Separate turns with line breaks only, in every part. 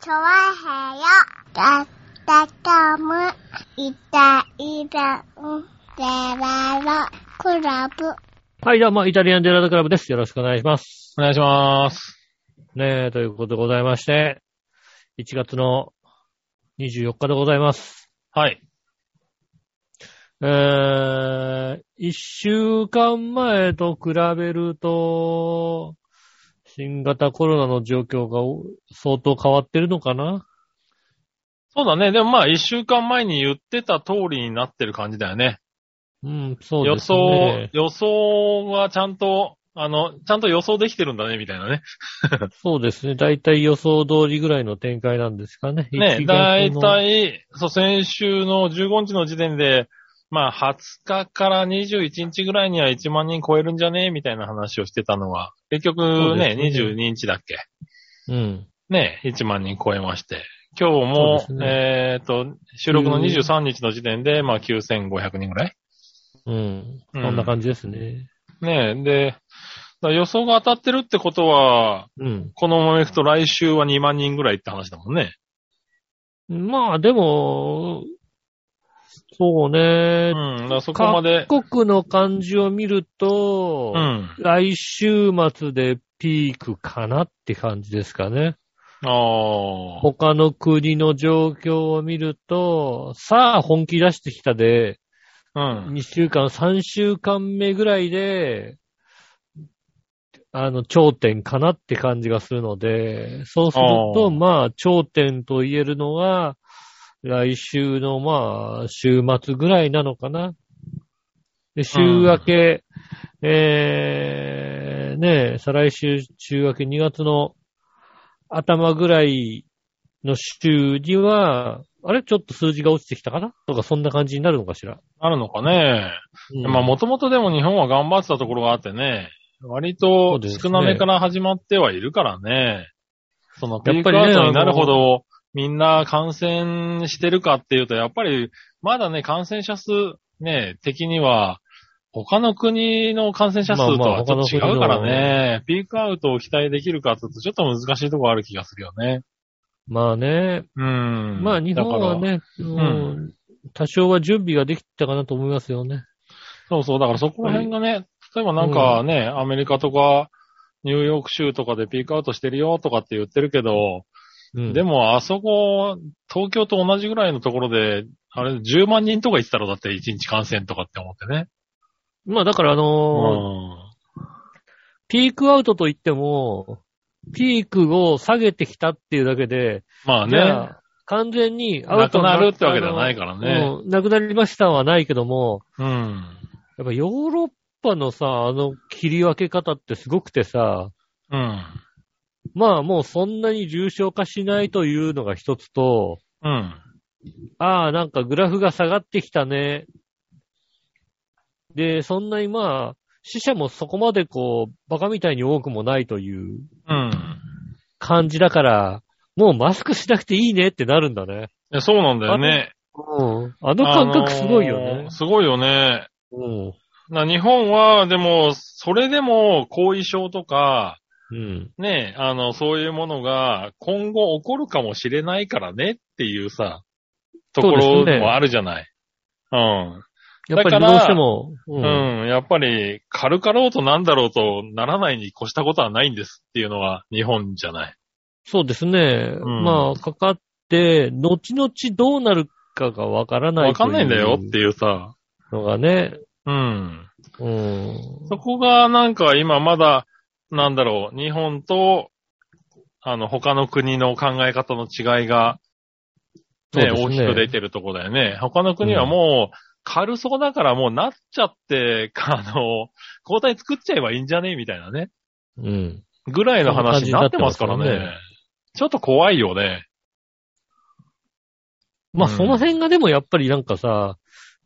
チョワヘヨだったかむいたいたんでららクラブ
はい、どうも、イタリアンデラードクラブです。よろしくお願いします。
お願いします。
ねえ、ということでございまして、1月の24日でございます。
はい。
えー、1週間前と比べると、新型コロナの状況がお相当変わってるのかな
そうだね。でもまあ、一週間前に言ってた通りになってる感じだよね。
うん、そう
予
です
想、
ね。
予想はちゃんと、あの、ちゃんと予想できてるんだね、みたいなね。
そうですね。だいたい予想通りぐらいの展開なんですかね。
ね、
一
だ
月
い
の
たい、そう、先週の15日の時点で、まあ、20日から21日ぐらいには1万人超えるんじゃねみたいな話をしてたのは、結局
そうで
ね、
すね
22日だっけ
うん。
ね、1万人超えまして。今日
そ
も、
うです
えっと、収録の
うん
23日の時点で、まあ、9500人ぐらい
うん。
う
そ
ん
んな感じですね。
ねえ、で、だから予想が当たってるってことは、
うん。
このままいくと来週は2万人ぐらいって話だもんね。
まあ、でも、そう
う
ね。
ん、だからそこまで、
各国の感じを見ると、
うん。
来週末でピークかなって感じですかね。
ああ、
他の国の状況を見ると、さあ本気出してきたで、
うん。
2週間、3週間目ぐらいで、あの、頂点かなって感じがするので、そうする
あ
と、
ー
まあ、頂点と言えるのは、来週の、まあ、週末ぐらいなのかな。で、週明け、えー、ねえ、再来週、週明け2月の頭ぐらいの週には、あれちょっと数字が落ちてきたかなとか、そんな感じになるのかしら。
あるのかね。
うん
まあ、もともとでも日本は頑張ってたところがあってね、割と
うですね
少なめから始まってはいるからね。その、ピ
やっ
ー
ぱ
ク
りね
アウトになるほ
あ
ど、みんな感染してるかっていうと、やっぱり、まだね、感染者数、ね、的には、他の国の感染者数と
まあまあ
はちょっと違うから
他の国
ね、ピークアウトを期待できるかっていうと、ちょっと難しいところある気がするよね。
まあね、
うん。
まあ日本は
だから。
ね、うん多少は準備ができたかなと思いますよね。
そうそう、だからそこら辺がね、例えばなんかね、アメリカとか、ニューヨーク州とかでピークアウトしてるよとかって言ってるけど、
うん、
でもあそこ、東京と同じぐらいのところで、あれ、10万人とか言ってたらだって1日感染とかって思ってね。
まあだからあ
う
のーピークアウトといっても、ピークを下げてきたっていうだけで、
まあ
じゃ
ね、
あ完全にア
な
ウ
く
ト
なるってわけではない
か
からね。。
うんなくなりましたはないけども、
うん。
やっぱヨーロッパのさ、あの切り分け方ってすごくてさ、
うん。
まあもうそんなに重症化しないというのが一つと、
うん。
ああ、なんかグラフが下がってきたね。で、そんなにまあ、死者もそこまでこう、バカみたいに多くもないという
うん
感じだから、もうマスクしなくていいねってなるんだね。
いや。そうなんだよね。
うん。あの感覚すごいよ
あの
ね
ー。すごいよね。
うん。
な日本は、でも、それでも、後遺症とか、
うん。
ねえ、あの、そういうものが今後起こるかもしれないからねっていうさ、とこ
そう
ろ
ですね
もあるじゃない。
やっぱ
だか
りど
ら
うしても、う
うん。うん。やっぱり、軽かろうとなんだろうとならないに越したことはないんですっていうのは日本じゃない。
そうですね。
うん
まあ、かかって、後々どうなるかがわからない
わかんないんだよって
いう
いうさ、
のがね。
うん。
うん。
そこがなんか今まだ、なんだろう、日本と、あの、他の国の考え方の違いが、ね、
そうで
大き
すね
く出てるとこだよね。他の国はもう、軽そうだからもうなっちゃって、あの、交代作っちゃえばいいんじゃねみたいなね。
うん。
ぐらいの話になってますから
そんな感じに
ね
なって。
ちょっと怖いよね。
まあ、
うん
その辺がでもやっぱりなんかさ、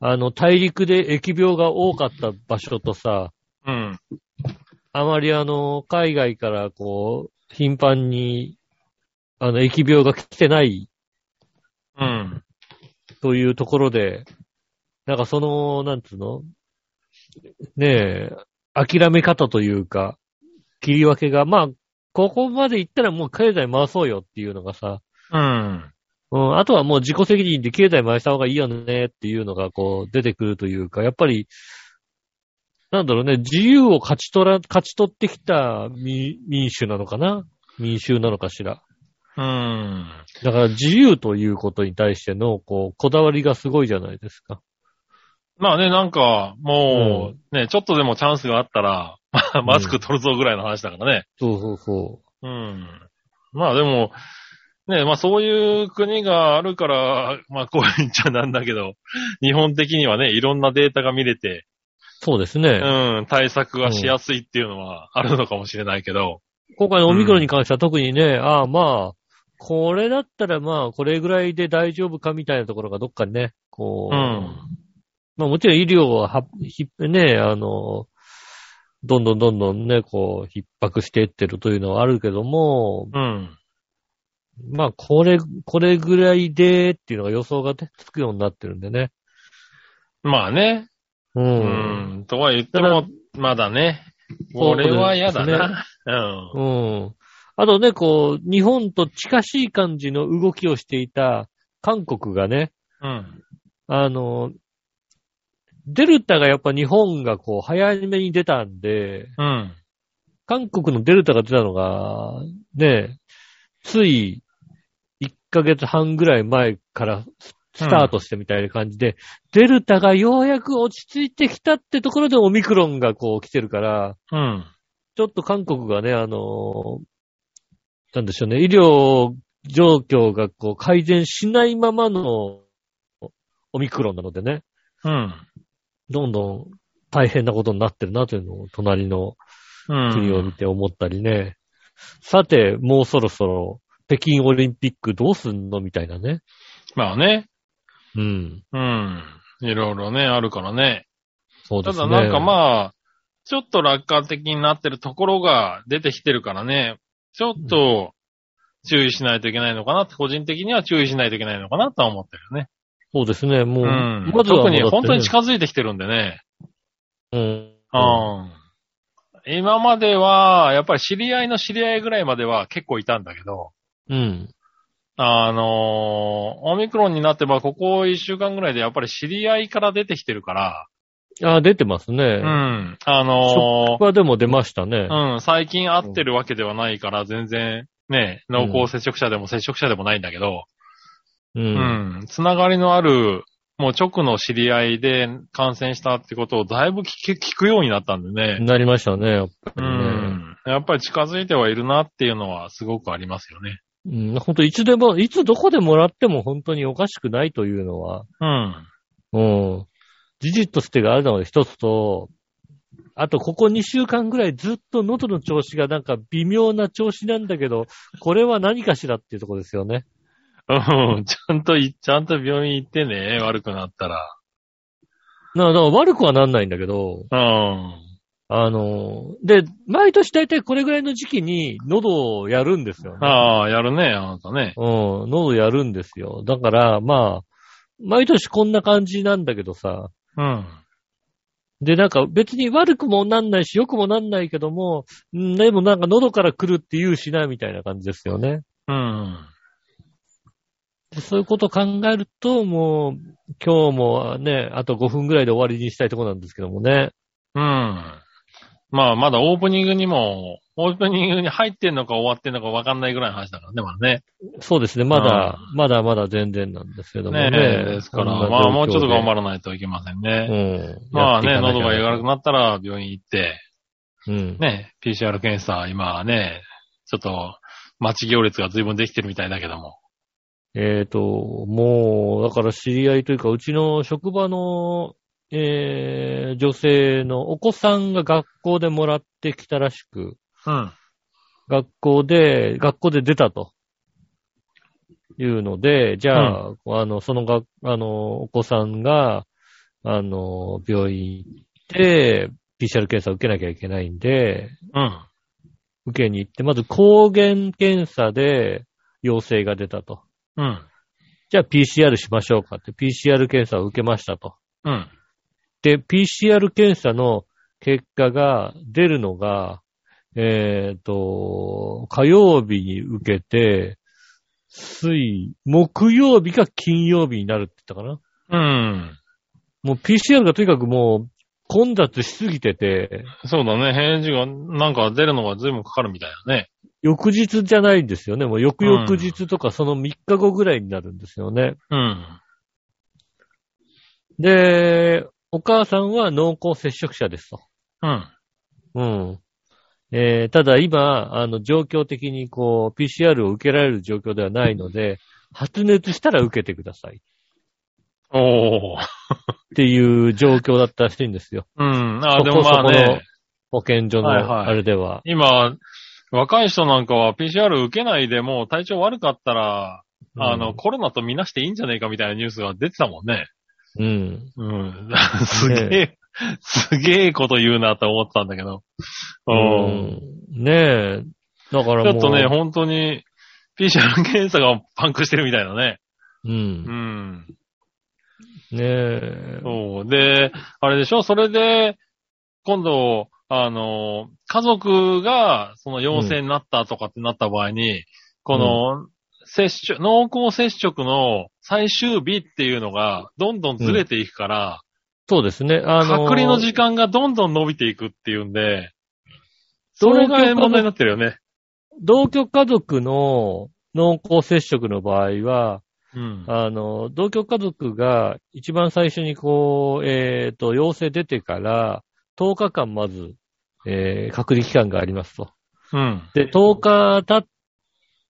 あの、大陸で疫病が多かった場所とさ、
うん。
あまりあの、海外からこう、頻繁に、あの、疫病が来てない
うん。
というところで、なんかその、なんつうのねえ、諦め方というか、切り分けが、まあ、ここまで行ったらもう経済回そうよっていうのがさ、
うん。
うん、あとはもう自己責任で経済回した方がいいよねっていうのがこう出てくるというか、やっぱり、なんだろうね、自由を勝ち取ら、勝ち取ってきた民民衆なのかな民衆なのかしら。
うん。
だから自由ということに対しての、こう、こだわりがすごいじゃないですか。
まあね、なんか、もう、ね、ちょっとでもチャンスがあったら、まあマスク取るぞぐらいの話だからね。
そうそうそ
うん。まあでも、ね、まあそういう国があるから、まあこういうんじゃなんだけど、日本的にはね、いろんなデータが見れて、
う。そうですね。
うん、対策がしやすいっていうのはあるのかもしれないけど、
今回のオミクロンに関しては特にね、ああまあ、これだったらまあ、これぐらいで大丈夫かみたいなところがどっかにね、こ
う
う、
ん。
まあもちろん医療はは、ひね、あの、どんどんどんどんね、こう、逼迫していってるというのはあるけども、
うん。
まあこれ、これぐらいでっていうのが予想がねつくようになってるんでね。
まあね、
う。
うんん、とは言っても、まだね、俺は嫌だな。うん。
うん。あとね、こう、日本と近しい感じの動きをしていた韓国がね、
うん。
あの、デルタがやっぱ日本がこう、早めに出たんで、
うん。
韓国のデルタが出たのが、ね、つい1ヶ月半ぐらい前からススタートしてみたいな感じで、デルタがようやく落ち着いてきたってところでオミクロンがこう来てるから、
うん。
ちょっと韓国がね、あのーなんでしょうね、医療状況がこう改善しないままのオミクロンなのでね、
うん。
どんどん大変なことになってるなというのを隣の
うん。
国を見て思ったりね。さて、もうそろそろ北京オリンピックどうすんのみたいなね。
まあね、
うん。
うん。いろいろね、あるからね。
そう
た
ですね。
だなんか
あ、
まあ、ちょっと楽観的になってるところが出てきてるからね、ちょっと注意しないといけないのかなって、個人的には注意しないといけないのかなとは思ってるよね。
そうですね。もう、
うん。
まずはもう
特に
だってね
本当に近づいてきてるんでね。
うん。
うん。今までは、やっぱり知り合いの知り合いぐらいまでは結構いたんだけど、
うん。
あのーオミクロンになってば、ここ1週間ぐらいでやっぱり知り合いから出てきてるから、
あ、出てますね。
う
うん。
ん。あのー
職場でも出ましたね。
うん、最近会ってるわけではないから、全然、ね、濃厚接触者でも接触者でもないんだけど、
う。
うんん、つながりのある、もう直の知り合いで感染したってことをだいぶ聞く聞くようになったんでね。
なりましたね、やっぱ
う
りね。
ん。やっぱり近づいてはいるなっていうのはすごくありますよね。
うん。本当いつでも、いつどこでもらっても本当におかしくないというのは、
うん。
うん。事実としてがあるのが一つと、あと、ここ2週間ぐらいずっと喉の調子がなんか微妙な調子なんだけど、これは何かしらっていうところですよね。
うん、 ちゃんとい、ちゃんと病院行ってね、悪くなったら。
な、な悪くはなんないんだけど、
うん。
あの、で、毎年大体これぐらいの時期に喉をやるんですよね。
ああ、やるね、あなたね。
うん、喉やるんですよ。だから、まあ、毎年こんな感じなんだけどさ、
うん。
で、なんか別に悪くもなんないし、良くもなんないけども、うんでもなんか喉から来るって言うしな、みたいな感じですよね。
うん。
でそういうことを考えると、もう、今日もね、あと5分ぐらいで終わりにしたいところなんですけどもね。
うん。まあ、まだオープニングにも、オープニングに入ってんのか終わってんのか分かんないぐらいの話だからね、まだね。
そうですね、まだ、まだまだ全然なんですけどもね。
ねえ、ですから、まあ、もうちょっと頑張らないといけませ
る。
んね。
うん。
まあね、喉がや
く
らなくなったら病院行って、
うん。
ね、PCR 検査、今はね、ちょっと、待ち行列が随分できてるみたいだけども。
えっ、と、もう、だから知り合いというか、うちの職場の、えー、女性のお子さんが学校でもらってきたらしく、
うん。
学校で、学校で出たと。いうので、じゃあ、あの、そのが、あの、お子さんが、あの、病院行って、PCR 検査を受けなきゃいけないんで、
うん。
受けに行って、まず抗原検査で陽性が出たと。
うん。
じゃあ PCR しましょうかって、PCR 検査を受けましたと。
うん。
で、PCR 検査の結果が出るのが、えっ、と、火曜日に受けて、水、木曜日か金曜日になるって言ったかな。
うん。
もう PCR がとにかくもう混雑しすぎてて、
そうだね。返事が、なんか出るのが随分かかるみたいだね。
翌日じゃないんですよね。もう翌々日とかその3日後ぐらいになるんですよね。
うん。
で、お母さんは濃厚接触者ですと。
うん。
うん。えーただ今、あの、状況的にこう、PCR を受けられる状況ではないので、発熱したら受けてください。っ
おー。
ていう状況だったらしいんですよ。
うん。あ、で
そこ
もまあ
そこの
ね、
保健所の
はいはい
あれでは。
今、若い人なんかは PCR 受けないでもう体調悪かったら、
うん
あの、、コロナとみなしていいんじゃねえかみたいなニュースが出てたもんね。
うん。
うん。 すげえ、すげえこと言うなと思ってたんだけど。う。
うんん。ねえ。だから
ち
もう。
ょっとね、本当に、PCR 検査がパンクしてるみたいだね。
う。
うんん。
ねえ。
そう。で、あれでしょそれで、今度、あの、家族が、その陽性になったとかってなった場合に、この、接触、濃厚接触の最終日っていうのが、どんどんずれていくから、
そうですね。あの
隔離の時間がどんどん伸びていくっていうんで、そ
同
れ
居
が
家
問題に
族
なってるよね。
同居家族の濃厚接触の場合は、
うん。
あの、同居家族が一番最初にこう、えっ、と、陽性出てから、10日間まず、えー隔離期間がありますと。
うん。
で、10日経っ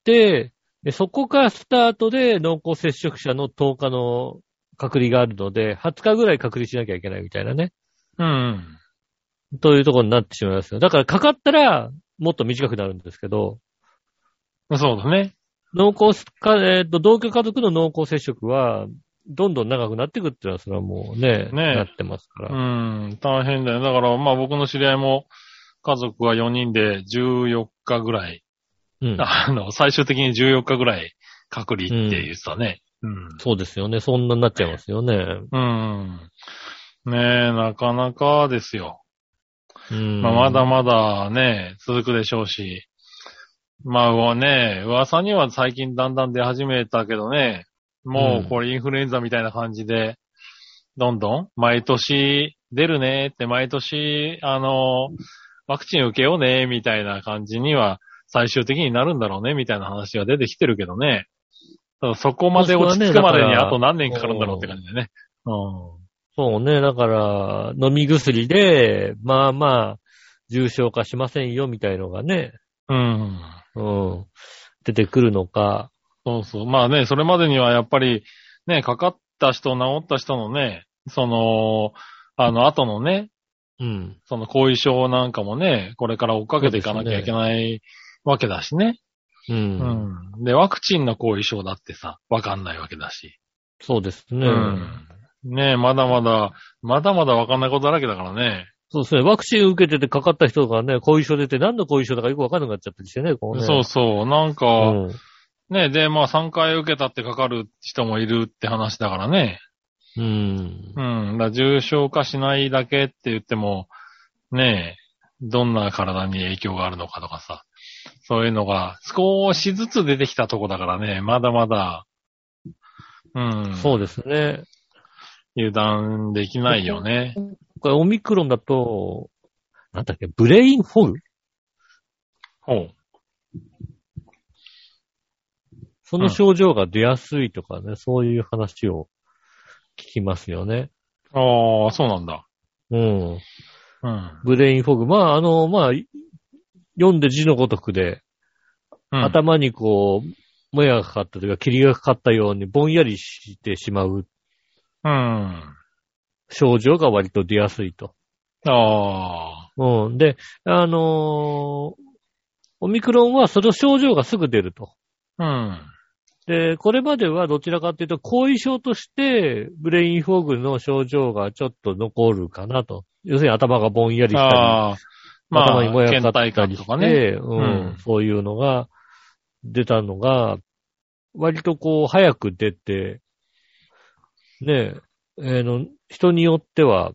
て、でそこからスタートで濃厚接触者の10日の隔離があるので、20日ぐらい隔離しなきゃいけないみたいなね。
うん。
というところになってしまいますよ。だからかかったら、もっと短くなるんですけど、
そうだね。
濃厚すか、えっ、と、同居家族の濃厚接触は、どんどん長くなっていくっていうのは、それはもうね、
ね
なってますか
う
ら。
ん。大変だよ。だから、まあ僕の知り合いも、家族が4人で14日ぐらい
うん。
あの、最終的に14日ぐらい隔離って言ってたね。うん。
そうですよね。そんなになっちゃいますよね。
うん。ねえ、なかなかですよ。
うん。
まあ、まだまだね、続くでしょうし。まあ、うわね、噂には最近だんだん出始めたけどね、も
う
うんこれインフルエンザみたいな感じで、どんどん、毎年出るねって、毎年、あの、ワクチン受けようね、みたいな感じには、最終的になるんだろうね、みたいな話が出てきてるけどね。ただそこまで落ち着くま
もしくは
で
ねだ
に
から
あと何年かかるんだろうって感じでね。う
そうね。だから、飲み薬で、まあまあ、重症化しませんよ、みたいのがね、
ん。うん。
うん。出てくるのか。
そうそう。まあね、それまでにはやっぱり、ね、かかった人、治った人のね、その、あの、後のね、
うん。
その後遺症なんかもね、これから追っかけていかなきゃいけないわけだしね。
うん。
うん。で、ワクチンの後遺症だってさ、わかんないわけだし。
そうです
う
ね。
ん。ねまだまだ、まだまだわかんないことだらけだからね。
そうですね。ワクチン受けててかかった人がね、後遺症出て何の後遺症だかよくわかんなくなっちゃったりしてね、こうね。
そうそう。なんか、
うん。
ね、で、まあ3回受けたってかかる人もいるって話だからね。
うん。
うん。だから重症化しないだけって言っても、ねえ、どんな体に影響があるのかとかさ、そういうのが少しずつ出てきたとこだからね、まだまだ、うん、
そうですね。
油断できないよね。
これオミクロンだと、なんだっけ、ブレインフォグ
ほう。
その症状が出やすいとかね、そういう話を聞きますよね。
ああ、そうなんだ。
うん。
うん。
ブレインフォグ。まあ、あの、まあ、い読んで字のごとくで、
うん、
頭にこう、もやがかかったというか、霧がかかったようにぼんやりしてしまう
うん。
症状が割と出やすいと。
ああ、
うん。で、あのーオミクロンはその症状がすぐ出ると。
うん。
で、これまではどちらかというと、後遺症として、ブレインフォグの症状がちょっと残るかなと。要するに頭がぼんやりしたり、
ああ、まあ
頭にも、や
倦
がかか
怠
った
感
り
と
して、
かね。
うん
うん
そういうのが出たのが、割とこう早く出て、ねえ、えーの、人によっては、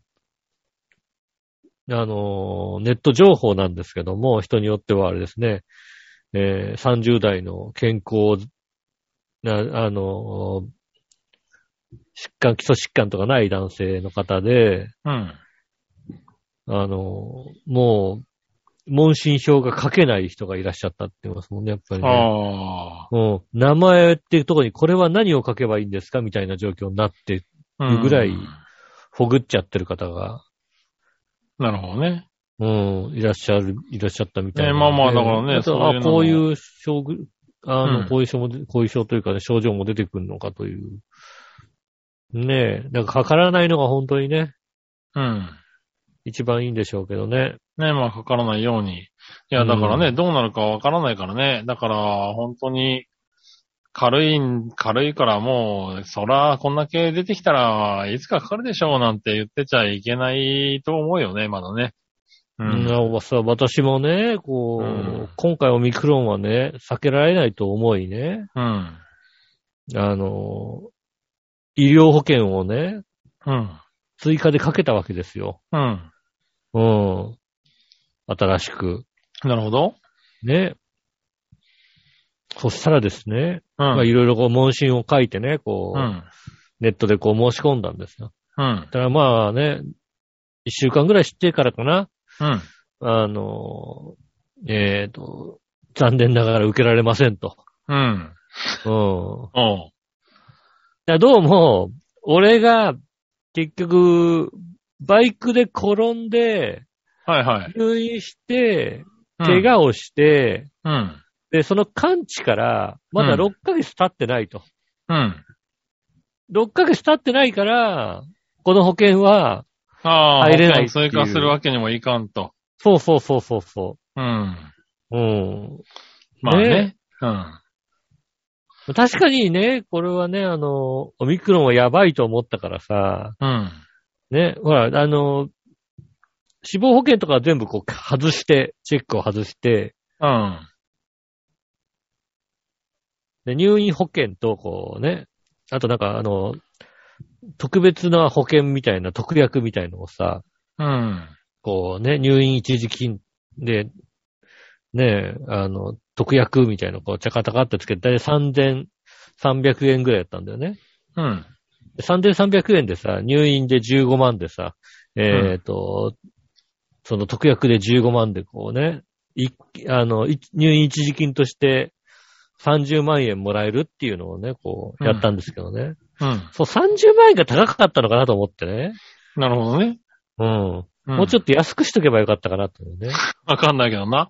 あのー、ネット情報なんですけども、人によってはあれですね、えー30代の健康なあの、疾患、基礎疾患とかない男性の方で、
うん。
あの、もう、問診票が書けない人がいらっしゃったって言いますもんね、やっぱりね。
あ
うん、名前っていうところにこれは何を書けばいいんですかみたいな状況になって、
あ。
いうぐらい
うん
ほぐっちゃってる方が、
なるほどね。
うん、いらっしゃる、いらっしゃったみたいな。
ねまあまあだからね
あと
そうい
あ、こうい
うのも
う症具、あの、
うん
後遺症も出、後遺症というかね、症状も出てくるのかという。ねえ、なんかかからないのが本当にね、
うん。
一番いいんでしょうけどね。
ね、まあかからないように。いや、だからね、
う
どうなるかわからないからね。だから、本当に、軽いん、軽いからもう、そら、こんだけ出てきたらいつかかかるでしょうなんて言ってちゃいけないと思うよね、まだね。う。
うんん、さ私もね、こう、
うん
今回オミクロンはね、避けられないと思いね、
うん。
あの、医療保険をね、
うん。
追加でかけたわけですよ。
うん。
うん。新しく。
なるほど。
ね。そしたらですね、
う
まあ
ん。
いろいろこう問診を書いてね、こ
う
う、
ん。
ネットでこう申し込んだんですよ。
うん。
だからまあね、一週間ぐらい知ってからかな、
うん。
あの、えっ、と、残念ながら受けられませんと。
うん。
うん。
おう。
だからどうも、俺が結局、バイクで転んで、
はいはい。
入院して、
うん
怪。我をして、
うん。
で、その完治から、まだ6ヶ月経ってないと。
うん。
6ヶ月経ってないから、この保険は、
ああ、
入れない
保険追加するわけにもいかんと。
そうそうそうそうそ
うん。
う。うん。
まあね
ね。
うん。
確かにね、これはね、あの、オミクロンはやばいと思ったからさ、
うん。
ね、ほら、あの、死亡保険とかは全部こう外して、チェックを外して、
うん。
で入院保険とこうね、あとなんかあの、特別な保険みたいな、特約みたいのをさ、
うん。
こうね、入院一時金で、ねえ、あの、特約みたいなのをこう、チャカチャカってつけて、だいたい3300円ぐらいだったんだよね。
うん。
で3300円でさ、入院で15万でさ、えっ、と、その特約で15万でこうね、いあの、い入院一時金として30万円もらえるっていうのをね、こう、やったんですけどね。
うん。
そう、30万円が高かったのかなと思ってね。
なるほどね。
うん。もうち
ょっ
ょっと安くしとけばよかったかなって思うね。
とわかんないけどな。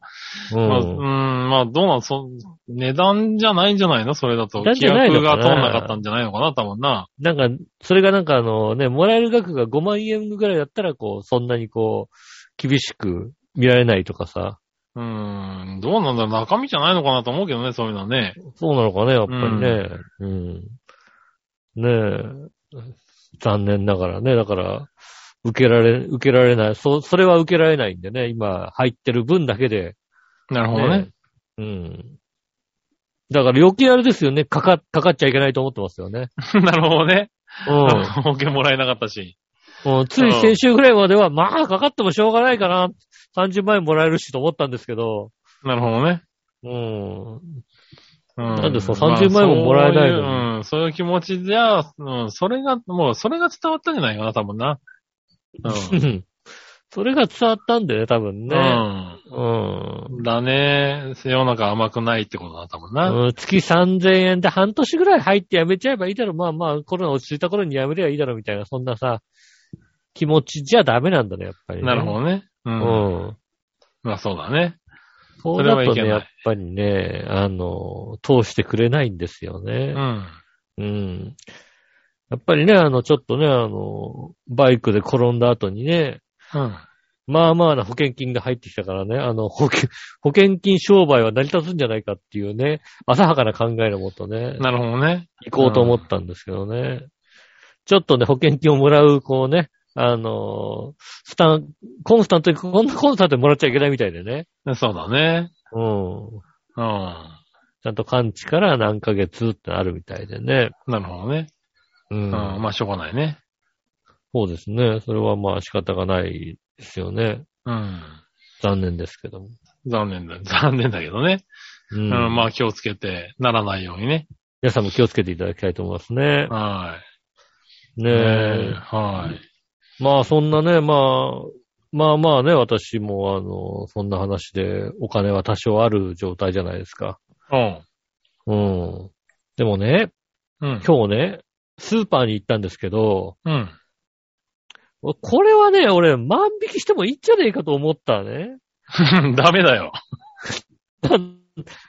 う。
まあ、うんん、まあ、どうなん、そ、値段じゃないんじゃないのそれだと。
値段
規
じゃないの
約
かな
が通んなかったんじゃないのかな多分な。
なんか、それがなんかあのね、もらえる額が5万円ぐらいだったら、こう、そんなにこう、厳しく見られないとかさ。
うん、どうなんだろう中身じゃないのかなと思うけどね、そういうのはね。
そうなのかね、やっぱりね。うん。ねえ。残念ながらね。だから、受けられ、受けられない。そ、それは受けられないんでね。今、入ってる分だけで、
なるほどね。
うん。だから余計あれですよね。かか、かかっちゃいけないと思ってますよね。
なるほどね。
うん。
保険もらえなかったし。
うんつい先週ぐらいまでは、まあ、かかってもしょうがないかな。30万円もらえるしと思ったんですけど、
なるほどね。
うん。
うん、
なんでそう30万円ももらえないのに
まあそういううん、そういう気持ちじゃ、うん、それが、もう、それが伝わったんじゃないかな、多分な。 うん。
それが伝わったんでね、多分
う
ね。
ん。
うん。
だね。世の中甘くないってことだったもんな。
うん月3000円で半年ぐらい入ってやめちゃえばいいだろ。まあまあ、コロナ落ち着いた頃にやめりゃいいだろ、みたいな、そんなさ、気持ちじゃダメなんだね、やっぱり、ね。
なるほどね。うん。
ど。うん。
まあそうだね。
そうだ
それはい
と
け
ね、
ない
やっぱりね、あの、通してくれないんですよね。
うん。
うん。やっぱりね、あの、ちょっとね、あの、バイクで転んだ後にね、
うん。
まあまあな保険金が入ってきたからね、あの、保険、保険金商売は成り立つんじゃないかっていうね、浅はかな考えのもとね、
なるほどね。
行こうと思ったんですけどね。ちょっとね、保険金をもらう、こうね、あの、スタン、コンスタントに、こんなコンスタントにもらっちゃいけないみたいでね。
そうだね。
うん。
うん。
ちゃんと完治から何ヶ月ってあるみたいでね。
なるほどね。
う
うんん。。まあしょうがないね。
そうですね。それはまあ仕方がないですよね。
うん。
残念ですけども。
残念だ、残念だけどね。
う
うんん。まあ気をつけて、ならないようにね。
皆さんも気をつけていただきたいと思いますね。
は
ね
い。
え。
ねえはい。
まあそんなね、まあ、まあまあね、私もあの、そんな話でお金は多少ある状態じゃないですか。
うん。
うん。でもね、
うん。
今日ね、スーパーに行ったんですけど、
うん。
これはね、俺万引きしてもいいんじゃねえかと思ったね。
ダメだよ。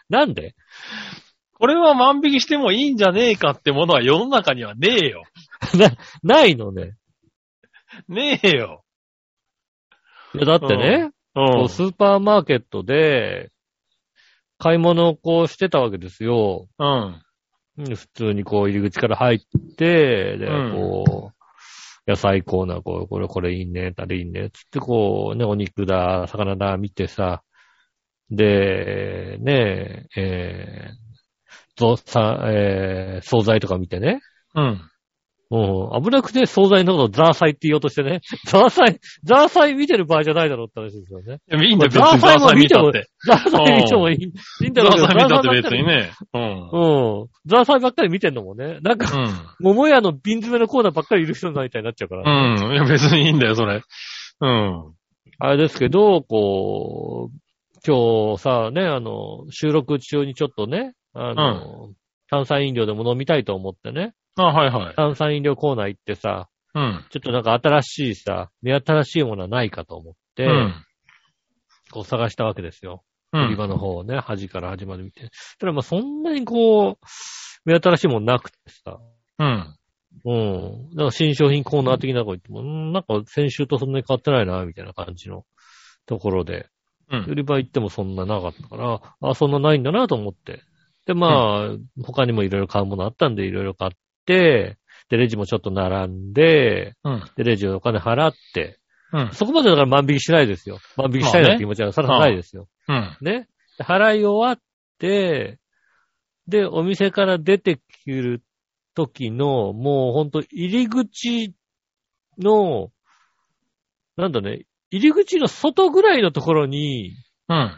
なんで
これは万引きしてもいいんじゃねえかってものは世の中にはねえよ。
な、ないのね。
ねえよ。
いやだってね、
う
こうスーパーマーケットで、買い物をこうしてたわけですよ。
うん。
うん普通にこう入り口から入って、で、
うん
こう、野菜コーナー、こう、これ、これいいね、あれいいね、つってこう、ね、お肉だ、魚だ、見てさ、で、ね、えー、ぞ、さ、えー、惣菜とか見てね、
うん。
うん、危なくて惣菜のことザーサイって言おうとしてね、 ザーサイ、ザーサイ見てる場合じゃないだろうって話ですよね。
いやいいんだよ、別
ザー
に
サ
ザ
イ
ー
も
サイ
見
見
て
た
も
って。
ザーサイ見てもいい、いいんだ
ザ
ろうけ
ー
ど
サイ見たって別
ね。
にね。うん。
うん。ザーサイばっかり見てんのもね、なんか、桃屋の瓶詰めのコーナーばっかりいる人みたいになっちゃうから。
うん。うん。いや、別にいいんだよ、それ。うん。
あれですけど、こう、今日さ、ね、あの、収録中にちょっとね、あの、炭酸飲料でも飲みたいと思ってね、
あ、はいはい。
炭酸飲料コーナー行ってさ、
うん。
ちょっとなんか新しいさ、目新しいものはないかと思って、
うん。
こう探したわけですよ。
う
売り
ん。
場の方をね、端から端まで見て。ただまあそんなにこう、目新しいものなくてさ、
うん。
うん。なんか新商品コーナー的なとこ行っても、うん、なんか先週とそんなに変わってないな、みたいな感じのところで。
う
売
ん。
り場行ってもそんななかったから、あ、そんなないんだなと思って。で、まあ、他にもいろいろ買うものあったんで、いろいろ買って、で、レジもちょっと並んで、
うん。
で、レジをお金払って、
うん。
そこまでだから万引きしないですよ。万引きしたいなって気持ちはさらさないですよ。
うん。
ね。で払い終わって、で、お店から出てくる時の、もうほんと入り口の、なんだね、入り口の外ぐらいのところに、
うん。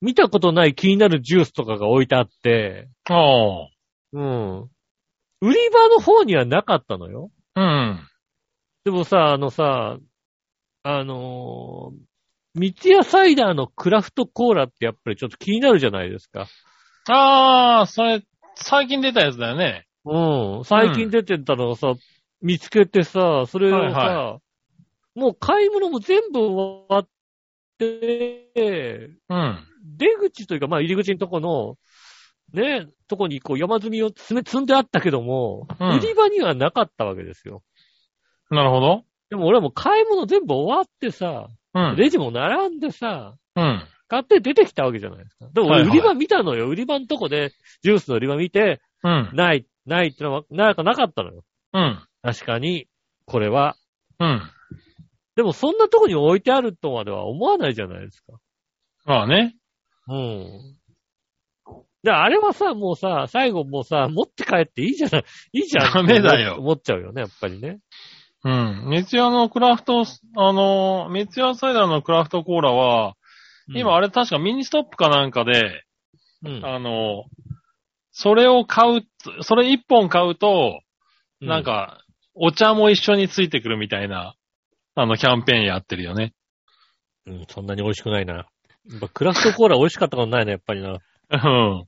見たことない気になるジュースとかが置いてあって、
おー。
うん。売り場の方にはなかったのよ。
うん。
でもさ、あのさ、あのー三ツ矢サイダーのクラフトコーラってやっぱりちょっと気になるじゃないですか。
あー、それ、最近出たやつだよね。
うん。最近出てたのをさ、見つけてさ、それをさ、
はいは
もう買い物も全部終わって、
うん。
出口というか、まあ入り口のとこの、ね、とこにこう山積みを積め積んであったけども、
うん
売り場にはなかったわけですよ。
なるほど。
でも俺はもう買い物全部終わってさ、
うん。
レジも並んでさ、
うん。
買って出てきたわけじゃないですか。でも
はい
俺
は
売
い
り場見たのよ。売り場のとこで、ジュースの売り場見て、
うん。
ない、ないってのは、なんかなかったのよ。
うん。
確かに、これは。
うん。
でもそんなとこに置いてあるとまでは思わないじゃないですか。
まあね。
うん。で、あれはさ、もうさ、最後もうさ、持って帰っていいじゃない、いいじゃん。
ダメだよ
思っちゃうよね、やっぱりね。
うん。三ツ矢のクラフト、あの、三ツ矢サイダーのクラフトコーラは、今あ
れ、
れ確かミニストップかなんかで、
うん
あの、それを買う、それ一本買うと、なん、か、お茶も一緒についてくるみたいな、あの、キャンペーンやってるよ
うん
ね。
うんそんなに美味しくないな。やっぱクラフトコーラ美味しかったことないな、やっぱりな。
うん。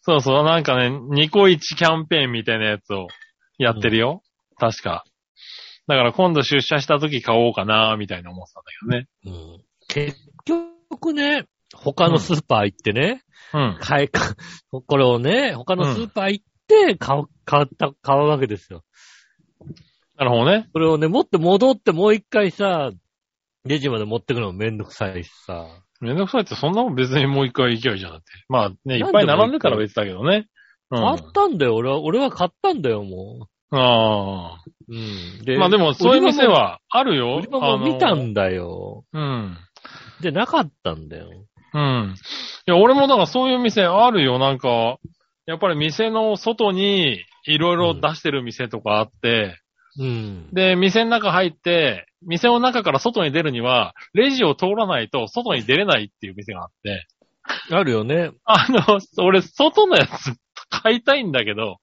そうそう、なんかね、ニコイチキャンペーンみたいなやつをやってるよ。確か。だから今度出社した時買おうかな、みたいな思ってたんだ
うん。結局ね、他のスーパー行ってね、
けどね。
買い、かこれをね、他のスーパー行って買う、買った、買うわけですよ。
うん。なるほどね。
それをね、持って戻ってもう一回さ、レジまで持ってくのもめんどくさいしさ。
めんどくさいってそんなもん別にもう一回行きゃいいじゃなくて。まあね、
なん
い
でも
っぱい並んでたら別だけどね。うん。
買
あ
ったんだよ、俺は。俺は買ったんだよ、も
あー。
う。うん。で
まあでも、そういう店
売
はあるよ。
り場も、売り場も見たんだよ。
あのうん。
で、なかったんだよ。
うん。いや、俺もだからそういう店あるよ。なんか、やっぱり店の外にいろいろ出してる店とかあって、
うん。
で、店の中入って、店の中から外に出るには、レジを通らないと外に出れないっていう店があって、
あるよね。
あの、俺、外のやつ買いたいんだけど、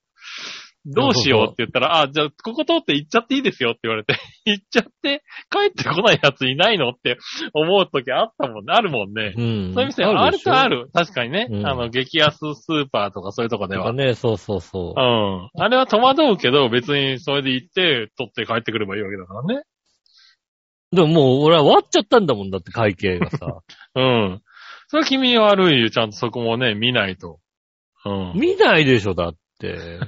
どうしようって言ったら、あ、じゃあ、ここ通って行っちゃっていいですよって言われて、 行っちゃって、帰ってこないやついないのって思う時あったもんね、あるもんね。
うん。
そういう店、あ
で
る
しょ
とあ。る。確かにね。
うん
あの、激安スーパーとかそういうとこで
なん
は
か。ね、そうそうそうう。
ん。あれは戸惑うけど、別にそれで行って、取って帰ってくればいいわけだからね。
でももう俺は終わっちゃったんだもんだって会計が さ。
うん。それは君悪いよ、ちゃんとそこもね、見ないと。うん。
見ないでしょ、だって。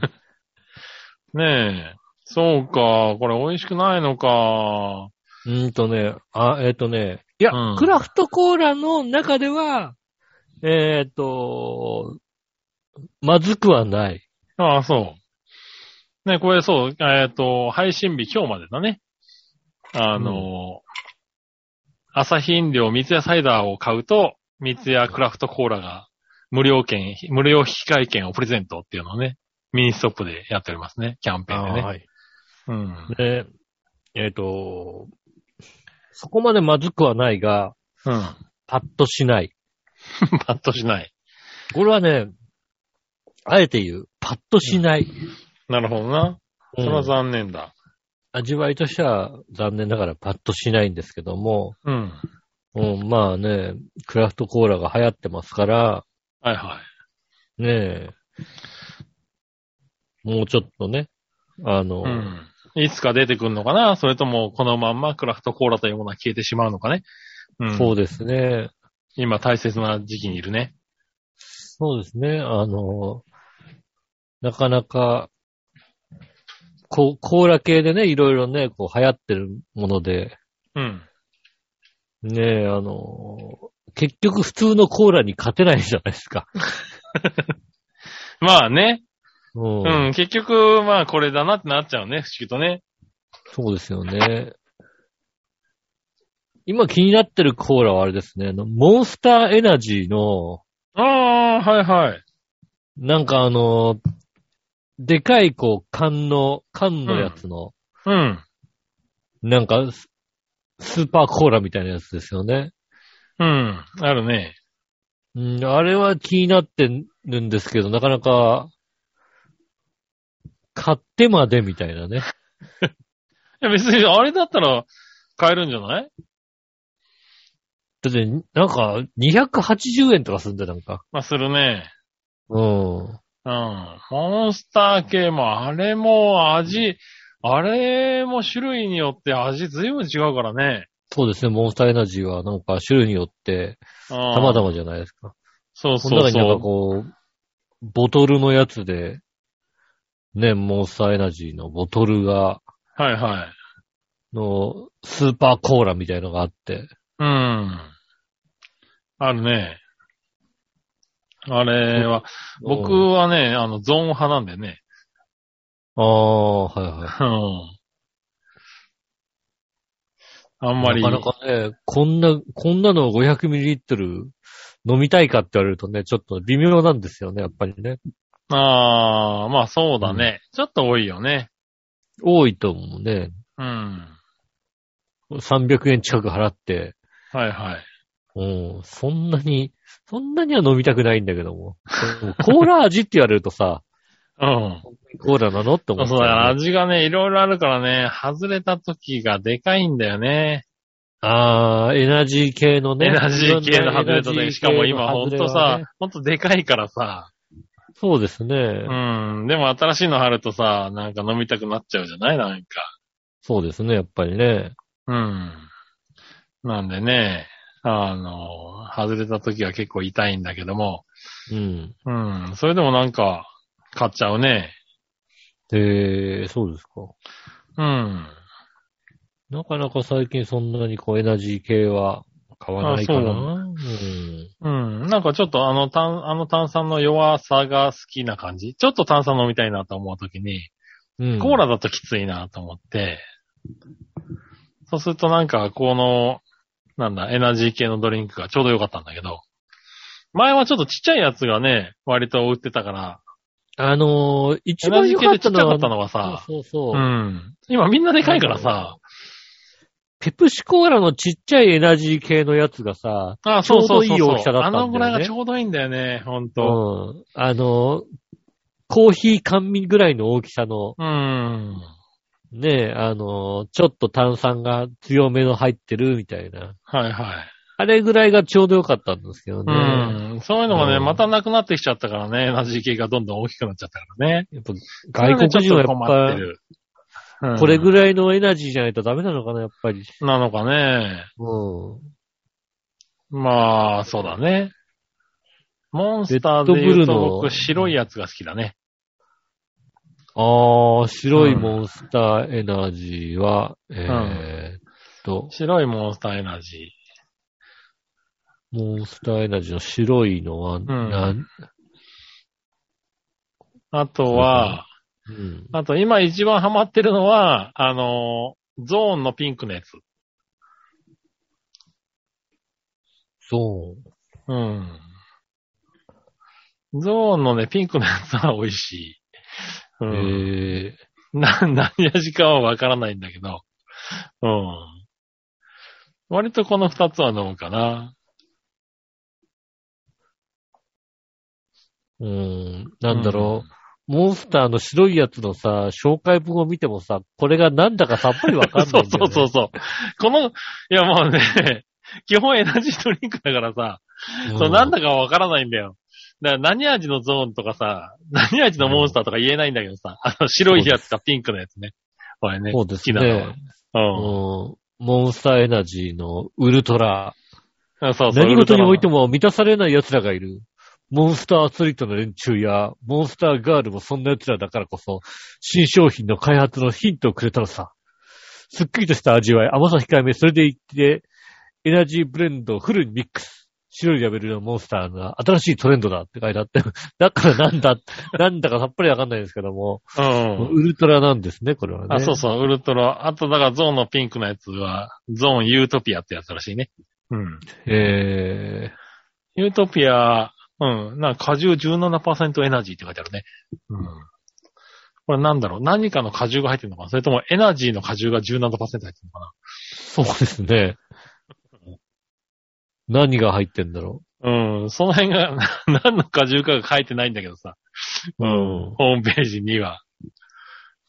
ねえ。そうか、これ美味しくないのか。
うーんとね、あ、えっ、とね、いや、
うん
クラフトコーラの中では、えっ、と、まずくはない。
ああ、そう。ね、これそう、えっ、と、配信日今日までだね。あのー、朝日飲料三ツ矢サイダーを買うと、三ツ矢クラフトコーラが無料券、無料引換券をプレゼントっていうのをね、ミニストップでやっておりますね。キャンペーンでね。
はい。
うん。
で、えっ、と、そこまでまずくはないが、
うん。
パッとしない。
パッとしない。
これはね、あえて言う、パッとしない。
なるほどな。それ
う
は
ん
残念だ。
味わいとしては残念ながらパッとしないんですけども、
うん。
うん、まあね、クラフトコーラが流行ってますから、
はいは
ねえ。もうちょっとね。あの、
い。うん。いつか出てくるのかなそれとも、このまんまクラフトコーラというものは消えてしまうのかね。うん。
そうですね。
今大切な時期にいるね。
そうですね。あの、なかなか、こう、コーラ系でね、いろいろね、こう流行ってるもので、
うん。
ねえ、あの、結局普通のコーラに勝てないじゃないですか。
まあね。
うん。
うん。結局、まあこれだなってなっちゃうね。不思議とね。
そうですよね。今気になってるコーラはあれですね、あのモンスターエナジーの、
ああ、はいはい。
なんかあのーでかいこう缶の、缶のやつの、
うん。
なんかス、スーパーコーラみたいなやつですよね。
うん。あるね。
うん、あれは気になってるんですけど、なかなか、買ってまでみたいなね。
いや別に、あれだったら買えるんじゃない
だって、なんか、280円とかするんだよ、なんか。
まあするね。
うん。
うん。モンスター系も、あれも味、あれも種類によって味ずいぶん違うからね。
そうですね、モンスターエナジーはなんか種類によって
た
様々じゃないですか。
そう
そ
そ
の中
う
になん
そ
かこう、ボトルのやつで、ね、モンスターエナジーのボトルが、
う。はいはい。
の、スーパーコーラみたいのがあって。
うん。あるね。あれは、僕
うん
はね、あの、ゾーン派なんでね。
ああ、はいは
うん。あんま
い。
り、
なかなかね、こんな、こんなの 500ml 飲みたいかって言われるとね、ちょっと微妙なんですよね、やっぱりね。
ああ、まあそうだね、ちょっと多いよね。
多いと思うね。
うん。
300円近く払って、
はいはい。
うん、そんなに、そんなには飲みたくないんだけども。でもコーラ味って言われるとさ、
うん。
コーラなのって思
そう
っち
そ
ゃうよね、
うだから味がね、いろいろあるからね、外れた時がでかいんだよね。
ああ、エナジー系のね。
エナジー系の外れた
エナジー系の外はね
時。しかも今ほんとさ、ほんとでかいからさ。
そうですね。
うん。でも新しいの貼るとさ、なんか飲みたくなっちゃうじゃないなんか。
そうですね、やっぱりね。
うん。なんでね、あの、外れた時は結構痛いんだけども、
うん。
うん。それでもなんか、買っちゃうね。
えー、そうですか。
うん。
なかなか最近そんなにこうエナジー系は買わないか
あ
な。
そう
うん。
うん。なんかちょっとあの炭、あの炭酸の弱さが好きな感じ。ちょっと炭酸飲みたいなと思う時に、
うん
コーラだときついなと思って、そうするとなんか、この、なんだ、エナジー系のドリンクがちょうどよかったんだけど、前はちょっとちっちゃいやつがね、割と売ってたから、
あのー、
エ
一
ナ
番
ジー
良
系
かっ
でち
た
っちゃ
の
か
は、
ったのがさ、
そうそう
う
そう、
ん。今みんなでかいからさ、
ペプシコーラのちっちゃいエナジー系のやつがさ、
あ、そうそうそうそう。
ちょうどいい大きさだったんだよね
あのぐらいがちょうどいいんだよね、ほん
う
と。
ん。あのー、コーヒー甘味ぐらいの大きさの、
うん。
ねえ、あの、ちょっと炭酸が強めの入ってるみたいな。
はいはい。
あれぐらいがちょうどよかったんですけどね。
うん。そういうのがね、
うん
またなくなってきちゃったからね、エナジー系がどんどん大きくなっちゃったからね。
やっぱ外国人はやっ
それがねちょっと困ってる。
ぱ、これぐ
い。
らいのエナジーじゃないとダメなのかな、やっぱり。
なのかね。
うん。
まあ、そうだね。モンスターで
レ
言
ッドブル
うと
の
僕、白いやつが好きだね。
ああ、白い
うん
モンスターエナジーは、えーっと、
白いモンスターエナジー。
モンスターエナジーの白いのは、なん
あとは、
うん
あと今一番ハマってるのは、あのー、ゾーンのピンクのやつ。
そう。
うん。ゾーンのね、ピンクのやつは美味しい。うん。
え
な、何味かはわからないんだけど。うん。割とこの二つは飲むかな。
ー、うん、なんだろう、モンスターの白いやつのさ、紹介文を見てもさ、これがなんだかさっぱりわかん
そ
な
う
いんだよ、
そう
ね。
そうそう。この、いやもうね、 基本エナジードリンクだからさ、
うん
そう、なんだかわからないんだよ。だから何味のゾーンとかさ、何味のモンスターとか言えないんだけどさ、あの白いやつかピンクのやつね。これね。
そうです
好きなの
ね
は。うん
うんモンスターエナジーのウルトラ。
あ。そうそう。
何事において
も。
も満たされない奴らがいる。モンスターアスリートの連中や、モンスターガールもそんな奴らだからこそ、新商品の開発のヒントをくれたのさ。すっきりとした味わい、甘さ控えめ、それでいって、エナジーブレンドをフルにミックス。白いラベルのモンスターが新しいトレンドだって書いてあって、 だからなんだ、なんだかさっぱりわかんないですけども、
うん。
ウルトラなんですね、これはね。
あ、そうそう、ウルトラ。あと、だからゾーンのピンクのやつは、ゾーンユートピアってやつらしいね。うん。
え
ユートピア、うん。なんか果汁17%エナジーって書いてあるね。うん。これなんだろう何かの果汁が入ってるのかなそれともエナジーの果汁が17%入ってるのかな
ー、そうですね。何が入ってんだろう。
うん、その辺が 何の果汁かが書いてないんだけどさ。
うん
ホームページには。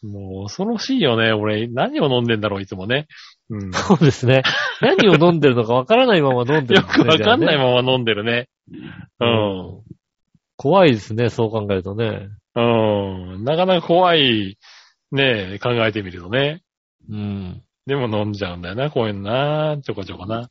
もう恐ろしいよね。俺、何を飲んでんだろう、いつもね。 うん。よ
そうですね。何を飲んでるのかわからないまま飲ん でる、
くわかんない
ま
まま飲んでるね。うん。
怖いですね、そう考えるとね。
うん。なかなか怖い、ねえ、考えてみるとね。
うん。
でも飲んじゃうんだよな、こういうのな、ちょこちょこな。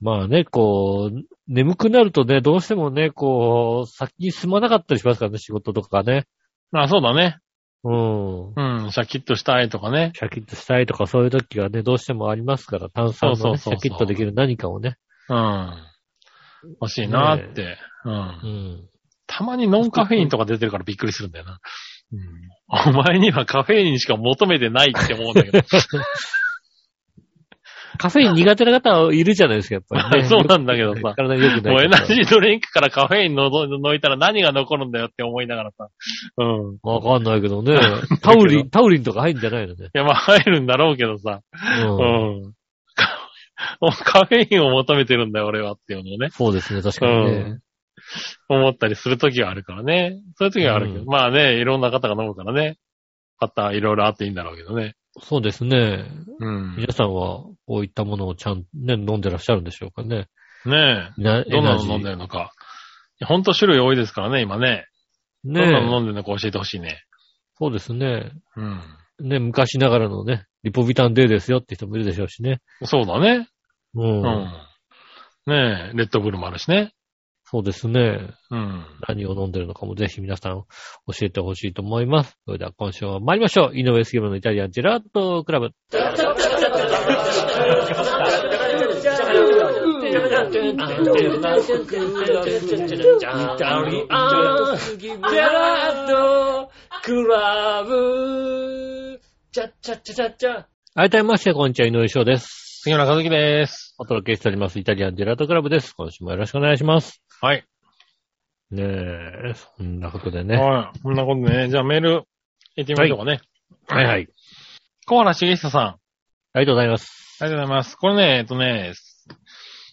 まあね、こう、眠くなるとね、どうしてもね、こう、先に進まなかったりしますからね、仕事とかね。
あ、そうだね。
うん。
うん、シャキッとしたいとかね。
シャキッとしたいとかそういう時がね、どうしてもありますから、炭酸
そ
の、
う
ね、
そ
シ
うそうそう
ャキッとできる何かをね。
うん。欲しいなって。うん
う。ん。
たまにノンカフェインとか出てるからびっくりするんだよな。うん、お前にはカフェインしか求めてないって思うんだけど。
カフェイン苦手な方いるじゃないですか、やっぱりね。
そうなんだけどさ
体に良くない。
もうエナジードリンクからカフェインのぞ抜いたら何が残るんだよって思いながらさ。うん。い
わかんないけどね。タウリン、タウリンとか入んじゃないのね。
や、まあ入るんだろうけどさ。
う
うんん。カフェインを求めてるんだよ、俺はっていうのをね、
そうですね、確かにね。
うん思ったりするときはあるからね。そういうときはあるけど、
うん
まあね、いろんな方が飲むからね。方、いろいろあっていいんだろうけどね。
そうですね。
うん。ね
皆さんは、こういったものをちゃんとね、飲んでらっしゃるんでしょうかね。
え。
な
どんなの飲んでるのか。いやほんと種類多いですからね、今ね。
エ
どんなの
ナジーね
飲んでるのか教えてほしいね。
そうですね。
うん。
ね、昔ながらのね、リポビタンデーですよって人もいるでしょうしね。
そうだね。
う。
うんん。ねえ、レッドブルもあるしね。
そうですね。
うん。
何を飲んでるのかもぜひ皆さん教えてほしいと思います。それでは今週は参りましょう。井上杉村のイタリアンジェラートクラブ。改めまして、こんにちは、井上翔です。
杉村和樹です。
お届けしております、イタリアンジェラートクラブです。今週もよろしくお願いします。
はい。
ねえ、そんなことでね。
はい。こんなことでね。じゃあメール、行ってみましょうかね。
はいはい。
小原茂久さん。あ
ありがとうございます。
りがとうございます。これね、えっとね、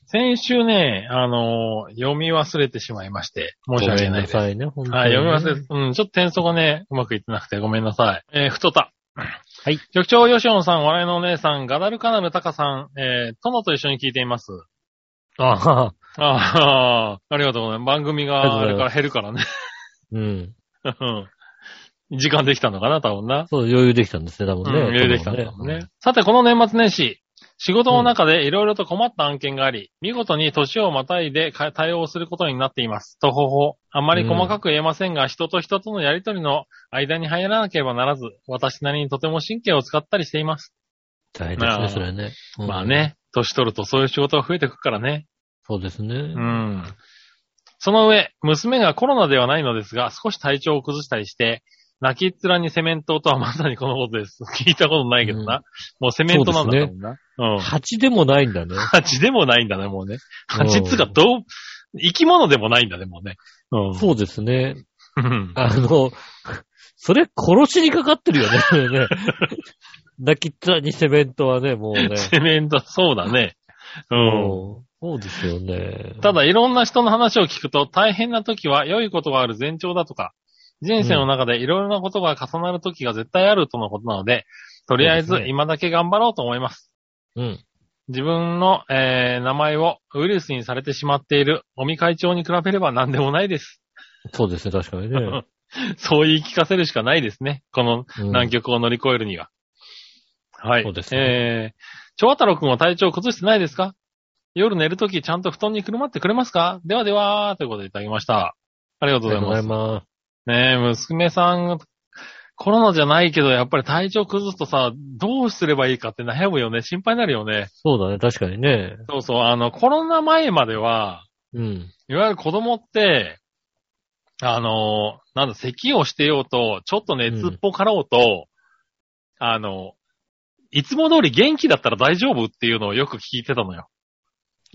先週ね、あのー読み忘れてしまいまして、申し訳ないです。
ごめんな
は
さいね、本当に、
い、読み忘れ、うん、ちょっと点数がね、うまくいってなくてごめんなさい。えー、太田。
はい。
局長、吉野さん、笑いのお姉さん、ガダルカナルタカさん、えー、殿と一緒に聞いています。
ああ、
ああ、ありがとうございます。番組があれから減るからね。
うん。
うん時間できたのかな、多分な。
そう、余裕できたんですね、多分ね。
うん、余裕できたんだもんね。。さて、この年末年始、仕事の中でいろいろと困った案件があり、見事に年をまたいでか対応することになっています。とほほ。あんまり細かく言えませんが、人と人とのやりとりの間に入らなければならず、私なりにとても神経を使ったりしています。
大変
ま
で
あ
すね、それはね。うん
まあ。ね、年取るとそういう仕事が増えてくからね。
そうですね。
うん。その上、娘がコロナではないのですが、少し体調を崩したりして、泣きっ面にセメントとはまさにこのことです。 聞いたことないけどな。もうセメントなんだ
そうで。
ね
すね。
うん。
蜂でもないんだね。
蜂でもないんだね、もう
う
ね。
ん
蜂っつうか、どう、生き物でもないんだね、もうね。うん。
そうですね。
うん。
あの、それ殺しにかかってるよね、 それね。泣きっ面にセメントはね、もうね。
セメント、そうだね。 うん。
うんそうですよね。
ただ、いろんな人の話を聞くと、大変な時は良いことがある前兆だとか、人生の中でいろいろなことが重なる時が絶対あるとのことなので、とりあえ
そ
ず
うですね
今だけ頑張ろうと思います。
うん。
自分の、えー名前をウイルスにされてしまっている尾身会長に比べれば何でもないです。
そうですね、確かに ね。
そう言い聞かせるしかないですね。この
うん
難局を乗り越えるには。はい。
そうですね
えー、蝶太郎くんは体調崩してないですか夜寝るときちゃんと布団にくるまってくれますかではでは、ということでいただきました。ありがと
あ
う
り
ご
がと
ざいう
ご
ま
ざい。
す
ます。
ねえ、娘さん、コロナじゃないけど、やっぱり体調崩すとさ、どうすればいいかって悩むよね。心配になるよね。
そうだね、確かにね。
そうそう、あの、コロナ前までは、
うん。
いわゆる子供って、あの、なんだ、咳をしてようと、ちょっと熱っぽかろうと、あの、いつも通り元気だったら大丈夫っていうのをよく聞いてたのよ。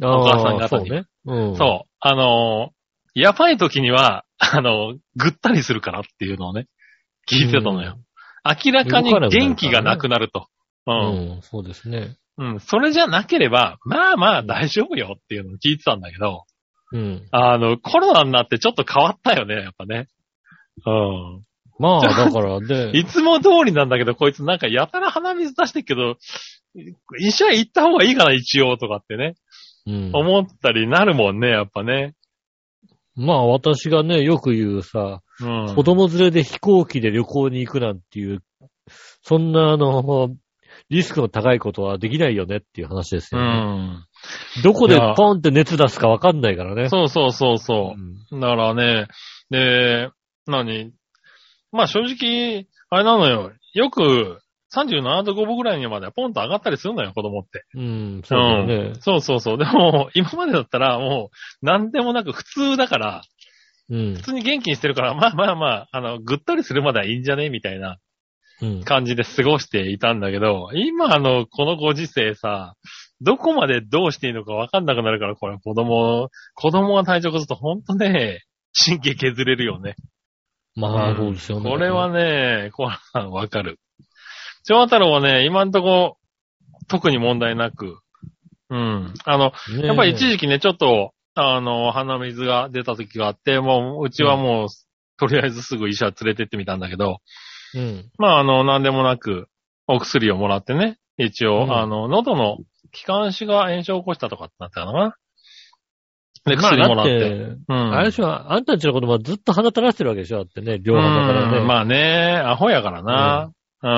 お母さん
あー
方
そう
に
ね。うん。
そう。あの、やばい時には、あの、ぐったりするからっていうのをね、聞いてたのよ。明らかに元気がなくなると。う。
うんん、そうですね。
うん。それじゃなければ、まあまあ大丈夫よっていうのを聞いてたんだけど、
うん。
あの、コロナになってちょっと変わったよね、やっぱね。うん。
まあ、だから ね。
いつも通りなんだけど、こいつなんかやたら鼻水出してっけど、医者行った方がいいかな、一応とかってね。
うん
思ったりなるもんね、やっぱね。
まあ、私がね、よく言うさ、
うん。
子供連れで飛行機で旅行に行くなんていう、そんな、あの、リスクの高いことはできないよねっていう話です
う
よね。
ん。
どこ
い
で
や
ポンって熱出すかわかんないからね。
そうそうそうそうう。
ん
だからね、で、何まあ正直、あれなのよ。よく、37度5分ぐらいにまではポンと上がったりするのよ、子供って。
うん、そうだよね。
そうそうそう。でも、今までだったら、もう、何でもなく普通だから、
うん
普。通に元気にしてるから、まあまあまあ、あの、ぐったりするまではいいんじゃねみたいな
うん。
感じで過ごしていたんだけど、今あの、このご時世さ、どこまでどうしていいのかわかんなくなるから、これ子供、子供が体調崩すとほんとね、神経削れるよね。
まあ、そうですよね。
これはね、コアラさんわかる。長太郎はね、今んとこ、特に問題なく、うん。あの、
ね、
やっぱり一時期ね、ちょっと、あの、鼻水が出た時があって、もう、うちはもう、とりあえずすぐ医者連れてってみたんだけど、
うん。
まあ、あの、なんでもなく、お薬をもらってね、一応、
うん
あの、喉の気管支が炎症を起こしたとかってなったのかな。で、
まあ
薬もらっ
だ
て。うん。
あれでしょ、あんたんちの子供はずっと鼻垂らしてるわけでしょだってね、両
うん
鼻からね。
まあね、アホやからな。うん。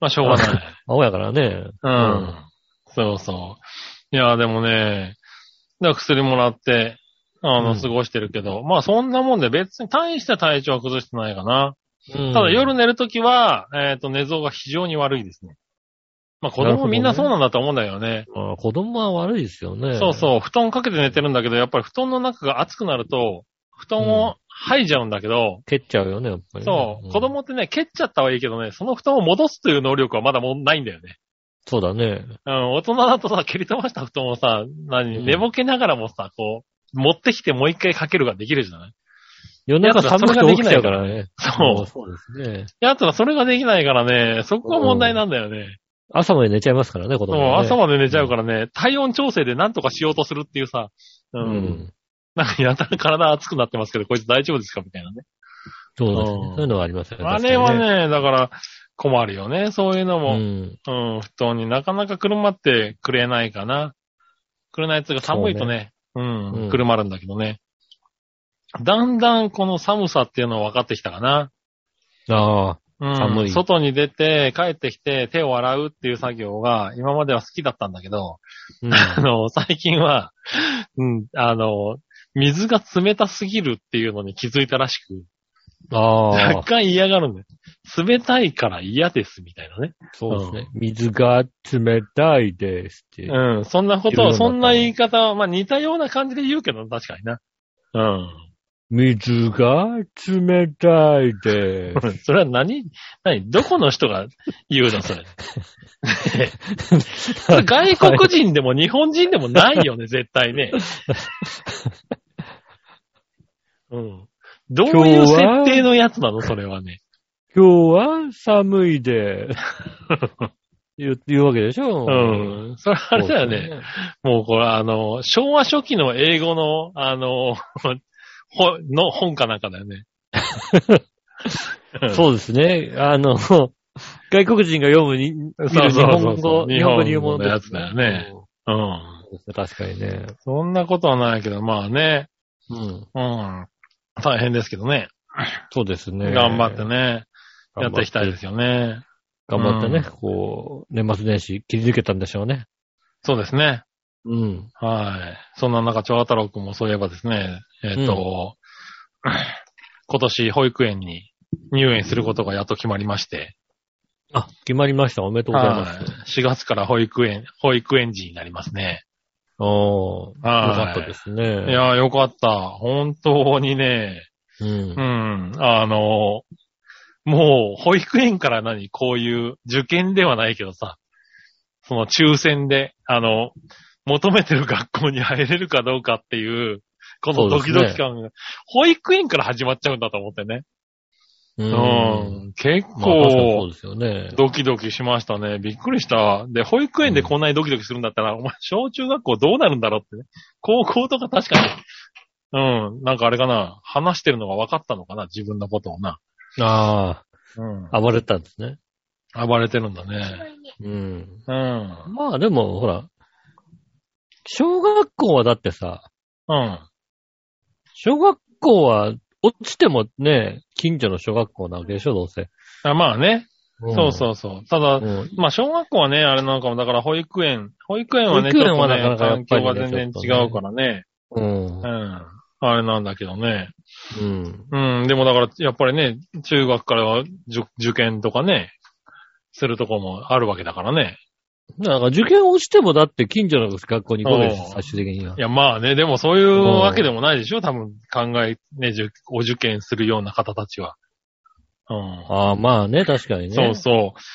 まあ、しょうがない。
青やからね。
うん。そうそう。いや、でもね、だから薬もらって、あ
う
の、
ん
過ごしてるけど、まあそんなもんで別に大した体調は崩してないかな。
うん
ただ夜寝るときは、えっ、と、寝相が非常に悪いですね。まあ子
なるほ
供
どね
みんなそうなんだと思うんだよね。
まあ子供は悪いですよね。
そうそう、布団かけて寝てるんだけど、やっぱり布団の中が熱くなると、布団を吐いちゃうんだけど、
蹴っちゃうよね、やっぱりね、
そう、
ん
子。供ってね、蹴っちゃったはいいけどね、その布団を戻すという能力はまだもうないんだよね。
そうだね。
うん、大人だとさ、蹴り飛ばした布団をさ、
う
何、
ん
寝ぼけながらもさ、こう、持ってきてもう一回かけるができるじゃない
夜中寒くて起きちゃうからね。
そう
うんそうですね。
やつはそれができないからね、そこが問題なんだよね。
朝まで寝ちゃいますからね、子供
もう
はね、
朝まで寝ちゃうからね、体温調整で何とかしようとするっていうさ、う。
うんん。
なんかやたら体熱くなってますけど、こいつ大丈夫ですかみたいなね。
そうですね
う。
そ
ん
ういうのはありますよね。
あれは
確か
ね、だから困るよね。そういうのも、
にね、
うん、布団になかなかくるまってくれないかな。くれないっつうか寒いとね、うん、
うん
くるまるんだけどね。だんだんこの寒さっていうのは分かってきたかな。
うん。ああ、
うん、
寒い
外に出て帰ってきて手を洗うっていう作業が今までは好きだったんだけど、
うん。
あの、最近 は、うん、あの、水が冷たすぎるっていうのに気づいたらしく、
あ
若
あ、
干嫌がるんだよ。冷たいから嫌です、みたいなね。
そうですね。水が冷たいですって。
うん、そんなこと
いろいろ
を、
な
そんな言い方は、まあ似たような感じで言うけど、確かにな。う
水が冷たいで
ん。それは何何どこの人が言うの それ。
す。
それ外国人でも日本人でもないよね、絶対ね。うん。どういう設定のやつなのそれはね。
今日は寒いで。 言う、言うわけでしょ
うん。。それはあれだよね。もうこれあの、昭和初期の英語の、あの、 ほの本かなんかだよね。
そうですね。あの、 外国人が読むに、見る
そうそう
日
そう
本
そう
語、
日
日
本
本
語
語
入
入
門
門
のやつだよね。うん。
そうですね確かにね。
そんなことはないけど、まあね、
うん。
うん。大変ですけどね。
そうですね。
頑張って。ね、や
頑張
っていきたいですよね。
頑張って
う
ね
ん、
こう、年末年始切り抜けたんでしょうね。
そうですね。
うん。
はい。そんな中、長太郎くんもそういえばですね、えっ、と、 今年保育園に入園することがやっと決まりまして、
あ、決まりました。おめでとうございます。
はい4月から保育園、保育園児になりますね。
おー。よ
はい
かったですね。
いやー、よかった。本当にね、
うん
う。ん、あのもう、保育園から何こういう受験ではないけどさ、その抽選で、あの、求めてる学校に入れるかどうかっていう、このドキドキ感が、保育園から始まっちゃうんだと思ってね。
う。
うんん。結
まあ、確かにそ
構
う、ですよね。
ドキドキしましたね。びっくりした。で、保育園でこんなにドキドキするんだったら、お前、小中学校どうなるんだろうってね。高校とか確かに。うん。なんかあれかな。話してるのが分かったのかな。自分のことをな。
あ
うん。
あ、暴れたんですね。
暴れてるんだね。
うん。
うん。
まあでも、ほら、小学校はだってさ、
うん。
小学校は落ちてもね、近所の小学校なわけでしょ、どうせ。
あまあね。そう
う
そうそう。ただ
ん。、うん
まあ、小学校はね、あれなんかも、だから保育園、保育園はね、
保育
ちょ
園
っと
は
ね、
なかなかや
環
っぱ
境
りね
が全然違うからね。
うん
う。ん。あれなんだけどね。
うん。
うん、でもだから、やっぱりね、中学からは受受験とかね、するとこもあるわけだからね。
なんか受験落ちてもだって近所の学校に行こうです
う、ん。
最終的にはい
や、まあね、でもそういうわけでもないでしょ多分考え、ね、受お受験するような方たちは。うん。
ああ、まあね、確かにね。
そうそう。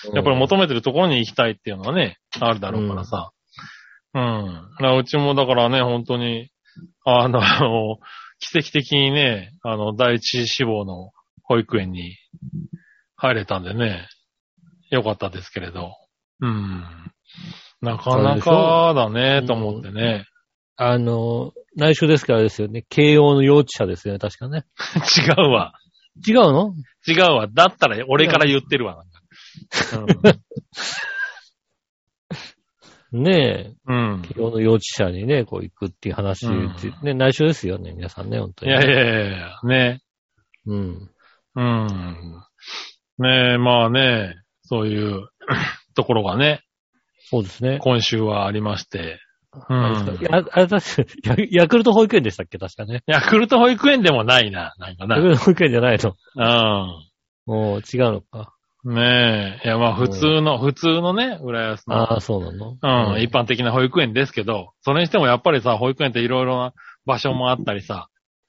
うん
やっぱり求めてるところに行きたいっていうのはね、あるだろうからさ。うん。だからうちもだからね、本当に、あの、奇跡的にね、あの、第一志望の保育園に入れたんでね、よかったですけれど。うん。なかなかだね、と思ってね。
あの、内緒ですからですよね。慶応の幼稚舎ですよね、確かね。
違うわ。
違うの
違うわ。だったら俺から言ってるわ。
ね
うん。うん
え、慶応の幼稚舎にね、こう行くっていう話、
うん
ね、内緒ですよね、皆さんね、本当
い
に。
やいやいやいや、ね。
うん。
うん。ねえ、まあね、そういう ところがね、
そうですね。
今週はありまして。う
あれ
ん
です。かやあれ確かヤヤクルト保育園でしたっけ確かね。
ヤクルト保育園でもないな、なんか
ヤク
な。
ルト保育園じゃないの。もう違うのか。
うん。ねえ、いやまあ普通の、普通のね、浦安の、
ああ、そうなの
うん、一般的な保育園ですけど、それにしてもやっぱりさ、保育園っていろいろな場所もあったりさ、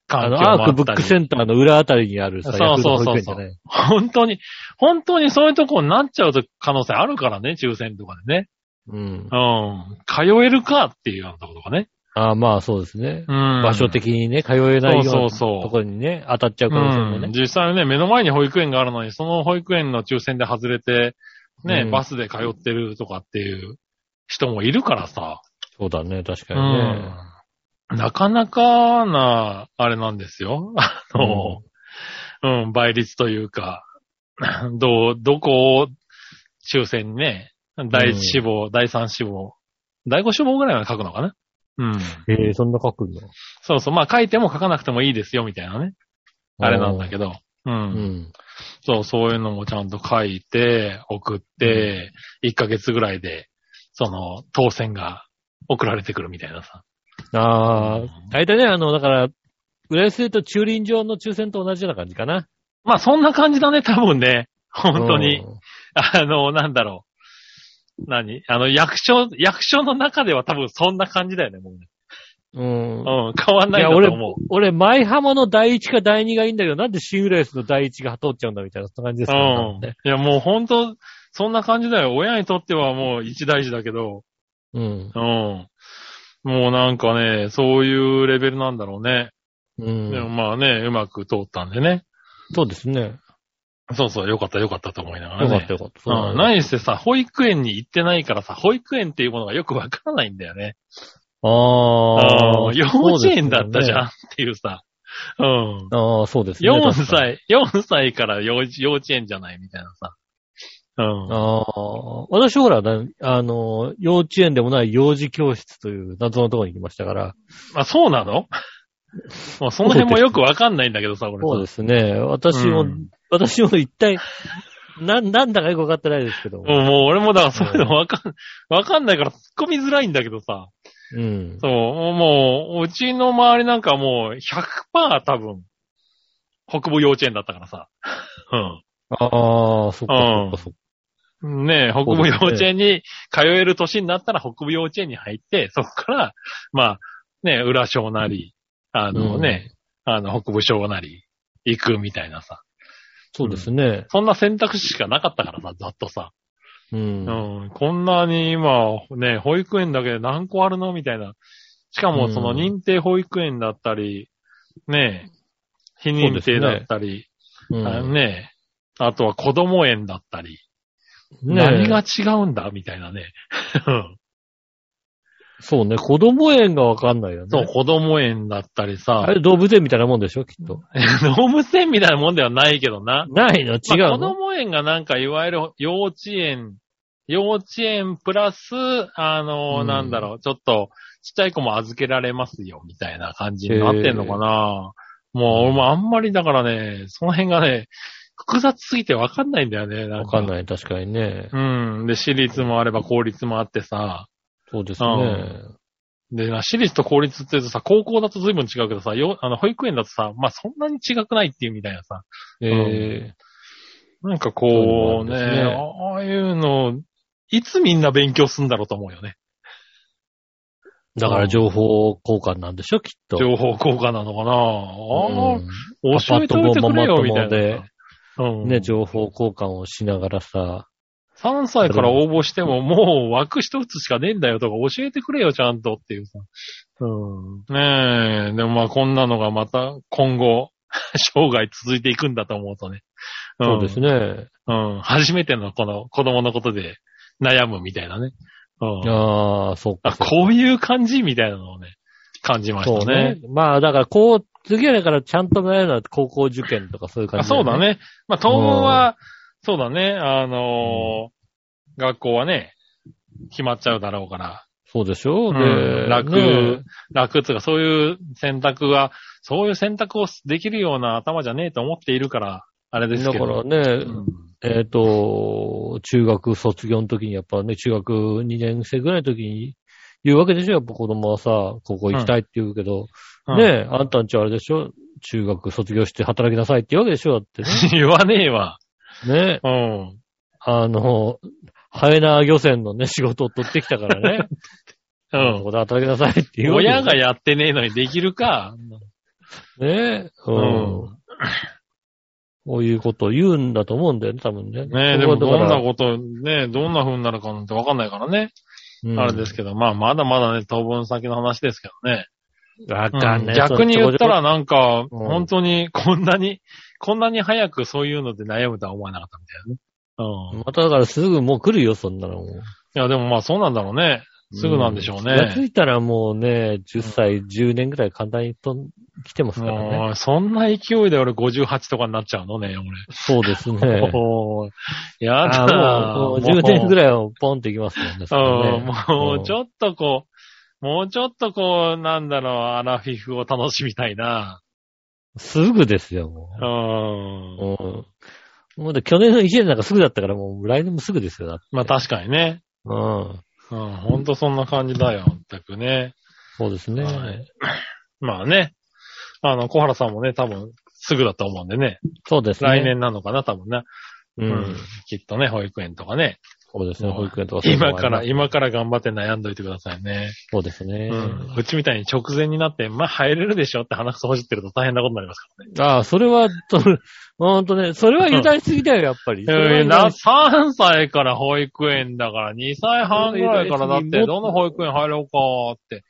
あ
環境
の、
もあ
アークブ
っ
ッ
た
クセ
り。
ンターの裏あたりにあるさ、
そうそう
ヤ
そう
クルト保育園
そ
じ
う
ゃない。
本当に、本当にそういうとこになっちゃうと可能性あるからね、抽選とかでね。
うん
う。ん。通えるかっていうようなところがね。
ああ、まあそうですね。
うん。
場所的にね、通えないような
そうそうそう
ところにね、当たっちゃう可能性も
うん
ね。
実際ね、目の前に保育園があるのに、その保育園の抽選で外れて、ね、
うん
バスで通ってるとかっていう人もいるからさ。
そうだね、確かにね。
うんなかなかな、あれなんですよ。あの、うん、倍率というか、どう、どこを抽選にね、第一志望、第三志望、第五志望ぐらいまで書くのかなうん。
えー、そんな書くんだ。
そうそう。まあ書いても書かなくてもいいですよ、みたいなね。あれなんだけど。
う
う。
んん。
そう、そういうのもちゃんと書いて、送って、1ヶ月ぐらいで、その、当選が送られてくるみたいなさ。
あ
う
ー
ん、
大体ね、あの、だから、裏寄せと駐輪場の抽選と同じような感じかな。
まあそんな感じだね、多分ね。本当に。あの、なんだろう。何あの、役所、役所の中では多分そんな感じだよね、もうね。
うん。うん。
うん、変わんないいん
や
だ
俺
と思う。
俺、前浜の第一か第二がいいんだけど、なんでシングレースの第一が通っちゃうんだみたいな、そんな感じですよ
うん。
ね。
いや、もう本当、そんな感じだよ。親にとってはもう一大事だけど、
うん。
うん。もうなんかね、そういうレベルなんだろうね。
う
でも
ん。
まあね、うまく通ったんでね。
そうですね。
そうそう、よかったよかったと思いながら
よ
ね。
かったよかった。
うん、何してさ、保育園に行ってないからさ、保育園っていうものがよくわからないんだよね。
あ
う
あ。
ん幼稚園だったじゃ
ん。
んっていうさ。うん。
ああ、そうですね。
4
確かに。
歳、4歳から幼稚幼稚園じゃないみたいなさ。うん。
ああ。私ほら、だあの、幼稚園でもない幼児教室という謎のところに行きましたから。
あ、そう なのもうその辺もよくわかんないんだけどさ、俺さ。
そうですね。私も、
うん
私も一体、 な、なんだかよくわかってないですけど。
もうもう俺もだからそういうのわかん、わかんないから突っ込みづらいんだけどさ。
うん。
そう、もう、うちの周りなんかもう100%多分、北部幼稚園だったからさ。
ああ、そっかそっかそっか。
うん。ねえ、北
そう
部
で
幼
すね
稚園に通える年になったら北部幼稚園に入って、そこから、まあ、ね、浦小なり、あのね、あの、北部小なり、行くみたいなさ。
そうですね。
そんな選択肢しかなかったからさ、ざっとさ。
うん。
うん、こんなに今、ね、保育園だけで何個あるのみたいな。しかも、その
うん
認定保育園だったり、ね、非認定だったり、
うん
あね、あとは子供園だったり、何が違うんだみたいな ね。うん
そうね、子供園がわかんないよね。
そう、。子供園だったりさ
あ、れ動物園みたいなもんでしょ、きっと。
動物園みたいなもんではないけどな。
ないの違う
まあ子
の、
供園がなんか、いわゆる幼稚園、幼稚園プラス、あのー
うん
なんだろう、ちょっと、ちっちゃい子も預けられますよ、みたいな感じになってんのかな。もう、俺もあんまりだからね、その辺がね、複雑すぎてわかんないんだよね、なん
わ
か。
かん
い。
ない、確かにね。
うん。で、私立もあれば公立もあってさ、
そうですね。
でな、私立と公立って言うとさ、高校だと随分違うけどさ、よあの、保育園だとさ、まあ、そんなに違くないっていうみたいなさ、
え
なんかこう
そうな
ね、
んですね
ああいうの、いつみんな勉強するんだろうと思うよね。
ー、だから情報交換なんでしょ、きっと。
情報交換なのかなああ、教
パパ
えて
と
おいて
も
く
ママ
れよ、
と
みた
も
いな
で
さ。、うん、
ね、情報交換をしながらさ、
3歳から応募してももう枠一つしかねえんだよとか教えてくれよ、ちゃんとっていうさ。
うん。
ねえ、でもまあこんなのがまた今後、生涯続いていくんだと思うとね。ん
そうですね。
うん。初めてのこの子供のことで悩むみたいなね。うん。
ああ、そっ
あ、
か。
こういう感じみたいなのをね、感じまし
そう
たね。
ね。まあ、だから、こう、次はだから、ちゃんとなれるのは高校受験とかそういう感
あ
じ、
そうだ。ね。まあ、当分は、そうだね、あのー学校はね、決まっちゃうだろうから、
そうでしょ、う
うん楽
ね
楽つうか、そういう選択が、そういう選択をできるような頭じゃねえと思っているから、あれです
だ
け
から
ど。
ね、
うん
えっ、と、中学卒業の時に、やっぱね、中学2年生ぐらいの時に言うわけでしょやっぱ子供はさ、ここ行きたいって言うけど、
うん
ねえ、あんたんちはあれでしょ中学卒業して働きなさいって言うわけでしょだってね。
言わねえわ。
ねえ、
うん。
あの、ハエナー漁船のね、仕事を取ってきたからね。
う
こ
ん。
こで働きなさいって言うわけでしょ
親がやってねえのにできるか。
ねえ、うんん。こういうことを言うんだと思うんだよね、多分ね。
ねえ、でも
そ
ど
こはだ
ん
か
な
ら
こと、ねえ、どんな風になるかなんてわかんないからね。
うん
あれですけど、まあ、まだまだね、当分先の話ですけどね。
わかんない。
逆に言ったら
そ
なんか、
うん
本当にこんなに、こんなに早くそういうので悩むとは思わなかったみたいなね。うん。い
まただからすぐもう来るよ、そんなのもう。
や、でもまあそうなんだろうね。すぐなんでしょう
気がつ
ね。
いたらもうね、10歳、10年ぐらい簡単にと来てますからね。
うんそんな勢いで俺58とかになっちゃうのね、
そうです
俺。
ね。
おーや
あ
だ
もうもう10年ぐ
い。
らいはポンっていきますもんね。それ
うん
ね
もうちょっとこう、もうちょっとこう、なんだろう、アラフィフを楽しみたいな。
すぐですよ、も
う
う。
ん。
うん。もうで去年の1年なんかすぐだったから、もう来年もすぐですよ、だって。
まあ確かにね。
うん。
うん、ほんとそんな感じだよ、全くね。
そうですね。
はいまあね。あの、小原さんもね、多分、すぐだと思うんでね。
そうですね。
来。年なのかな、多分ね。
う。。
うんきっとね、保育園とかね。
そうですね、保育園とかそういうの
今
もあります。
から、今から頑張って悩んどいてくださいね。
そうですね
う。ん。うちみたいに直前になって、まあ入れるでしょって話をほじってると大変なことになりますか
ああ、それは、と、 ほんとね、それは油断しすぎだよ、やっぱり。そ
ら
れ
ね。
は
えー
油
な
断し
3歳から保育園だから、2歳半ぐらいからだっ
それ
て、
は
どの保育園入ろうかって、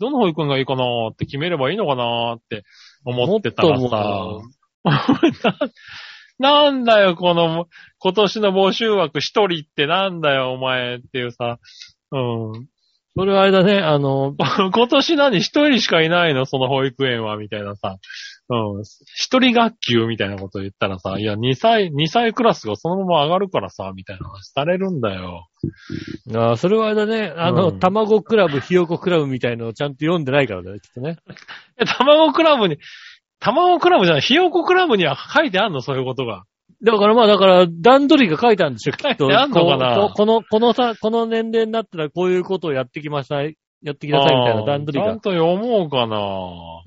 どの保育園がいいかなって決めればいいのかなって思ってたら
もっと
さ
も、
ななんだよ、この、今年の募集枠一人ってなんだよ、お前っていうさ。うん。
それはあれだね、あの、
今年何一人しかいないのその保育園は、みたいなさ。うん。一人学級みたいなこと言ったらさ、いや、2歳、2歳クラスがそのまま上がるからさ、みたいな話されるんだよ。
ああ、それはあれだね、あの、
うん
卵クラブ、ひよこクラブみたいのをちゃんと読んでないからだね、きっとね。
え、卵クラブに、卵クラブじゃない、ひよこクラブには書いてあんのそういうことが。
だからまあ、だから、段取りが書いたんでしょ、きっと。
書いてあんのかな
こうこうこの、このさ、この年齢になったらこういうことをやってきました、やってきなさいみたいな段取り
あーちゃ
が
んと読もうか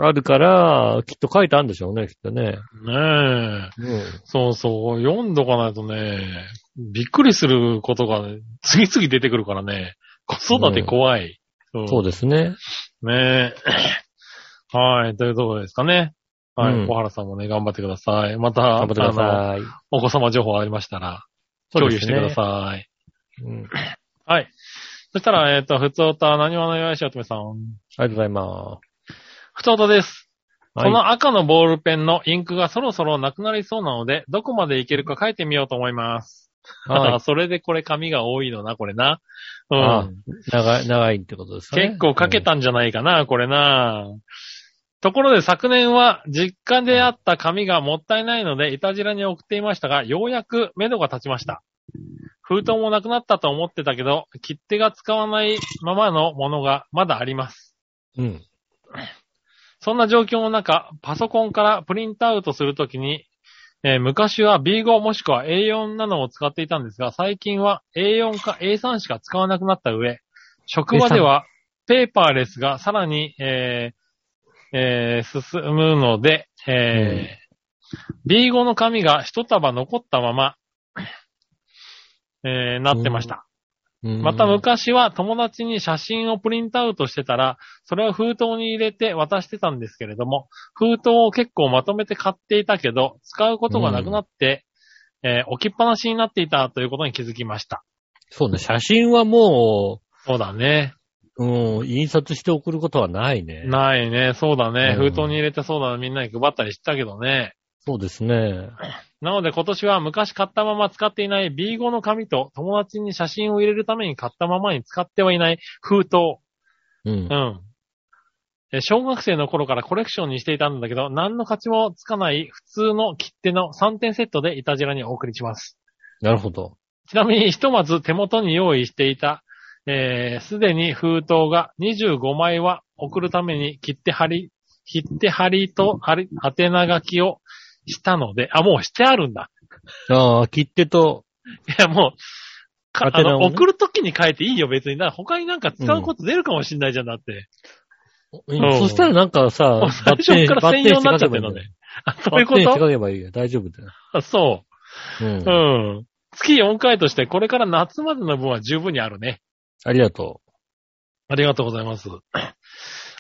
あるから、きっと書いてあるんでしょうね、きっとね。
なねえ。そうそう、読んどかないとね、びっくりすることがね、次々出てくるからね、子育て怖い。
そう
で
ですね。
す。ね えはい、というところですかね。はい、
うん
小原さんもね、頑張ってください。また、
頑張ってくだ
あの
さい。
お子様情報ありましたら、共有してください。
い。うん
はい。そしたら、えっ、と、ふつおた、何話のよいしおとめさん。
ありがとうございま
ふつおたです。
す。
この赤のボールペンのインクがそろそろなくなりそうなので、どこまでいけるか書いてみようと思います。
はい
あそれでこれ紙が多いのな、これな。う
ああ
ん。
長い、長いってことですね。
結構書けたんじゃないかな、これな。ところで昨年は実家であった紙がもったいないので、いたじらに送っていましたが、ようやく目処が立ちました。封筒もなくなったと思ってたけど、切手が使わないままのものがまだあります。
うん。うん。
そんな状況の中、パソコンからプリントアウトするときに、えー昔は B5 もしくは A4 なのを使っていたんですが、最近は A4 か A3 しか使わなくなった上、職場ではペーパーレスがさらに、えーえー進むので、えー B5 の紙が一束残ったまま、えーなってました。
うん
また、昔は友達に写真をプリントアウトしてたら、それを封筒に入れて渡してたんですけれども、封筒を結構まとめて買っていたけど、使うことがなくなって、えー置きっぱなしになっていたということに気づきました。
そうね、写真はも
そうだね。
う、うん、印刷して送ることはないね。
ないね。そうだね。
うん
封筒に入れてそうだね。みんなに配ったりしたけどね。
そうですね。
なので今年は昔買ったまま使っていない B5 の紙と友達に写真を入れるために買ったままに使ってはいない封筒
うん
う。ん。え小学生の頃からコレクションにしていたんだけど、何の価値もつかない普通の切手の3点セットでいたじらにお送りします。
なるほど。
ちなみに、ひとまず手元に用意していた、えーすでに封筒が25枚は送るために切手貼り、切手貼りと貼り、宛名書きをしたので、あ、もうしてあるんだ。
ああ、切手と、
いや、もう、かあ
宛名
の、
をね
送るときに書いていいよ、別にな。他になんか使うこと出るかもしんないじゃん、だって。ん
そしたらなんかさ
もう、最初から
バッテン
専用になっちゃって
バッ
るの
テンして書けばいいんだよ。バッテン
ねあ、 そういうこ
して書
と
けばいいよ。大丈夫だよ。
あそうう。
ん。
うん。月4回として、これから夏までの分は十分にあるね。
ありがと
ありがとうございます。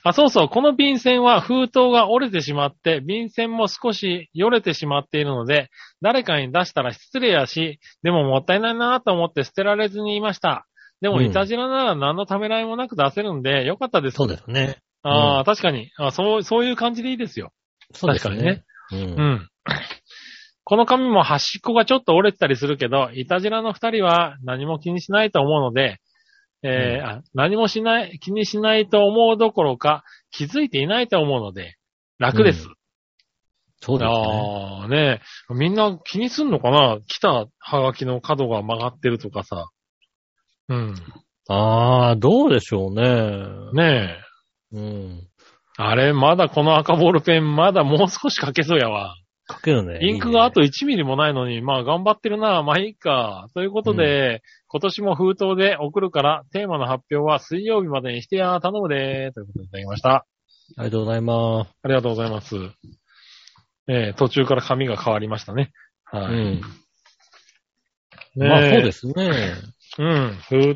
あ、そうそう。この便箋は封筒が折れてしまって、便箋も少しよれてしまっているので、誰かに出したら失礼やし、でももったいないなと思って捨てられずにいました。でも、
うん
いたじらなら何のためらいもなく出せるんで、よかったで
う。
す。
そうですね。
ああ、確かにあ。そう、そういう感じでいいですよ。
そうですね。う。
うんん。この紙も端っこがちょっと折れてたりするけど、いたじらの二人は何も気にしないと思うので、えーあ何もしない、気にしないと思うどころか、気づいていないと思うので、楽です。
そうですね。
ああ、ねえみんな気にすんのかな来たハガキの角が曲がってるとかさ。うん。
ああ、どうでしょうね。
ねえ。
うん。
あれ、まだこの赤ボールペン、まだもう少し書けそうやわ。
書けるね。
インクがあと
いいね
1ミリもないのに、まあ頑張ってるな、まあいいか。ということで、今年も封筒で送るから、テーマの発表は水曜日までにしてや、頼むでーということでいただきました。
ありがとうございます。
ありがとうございます。えー途中から紙が変わりましたね。はい。
うん。
ねえ
まあそうですね。
うん、封筒。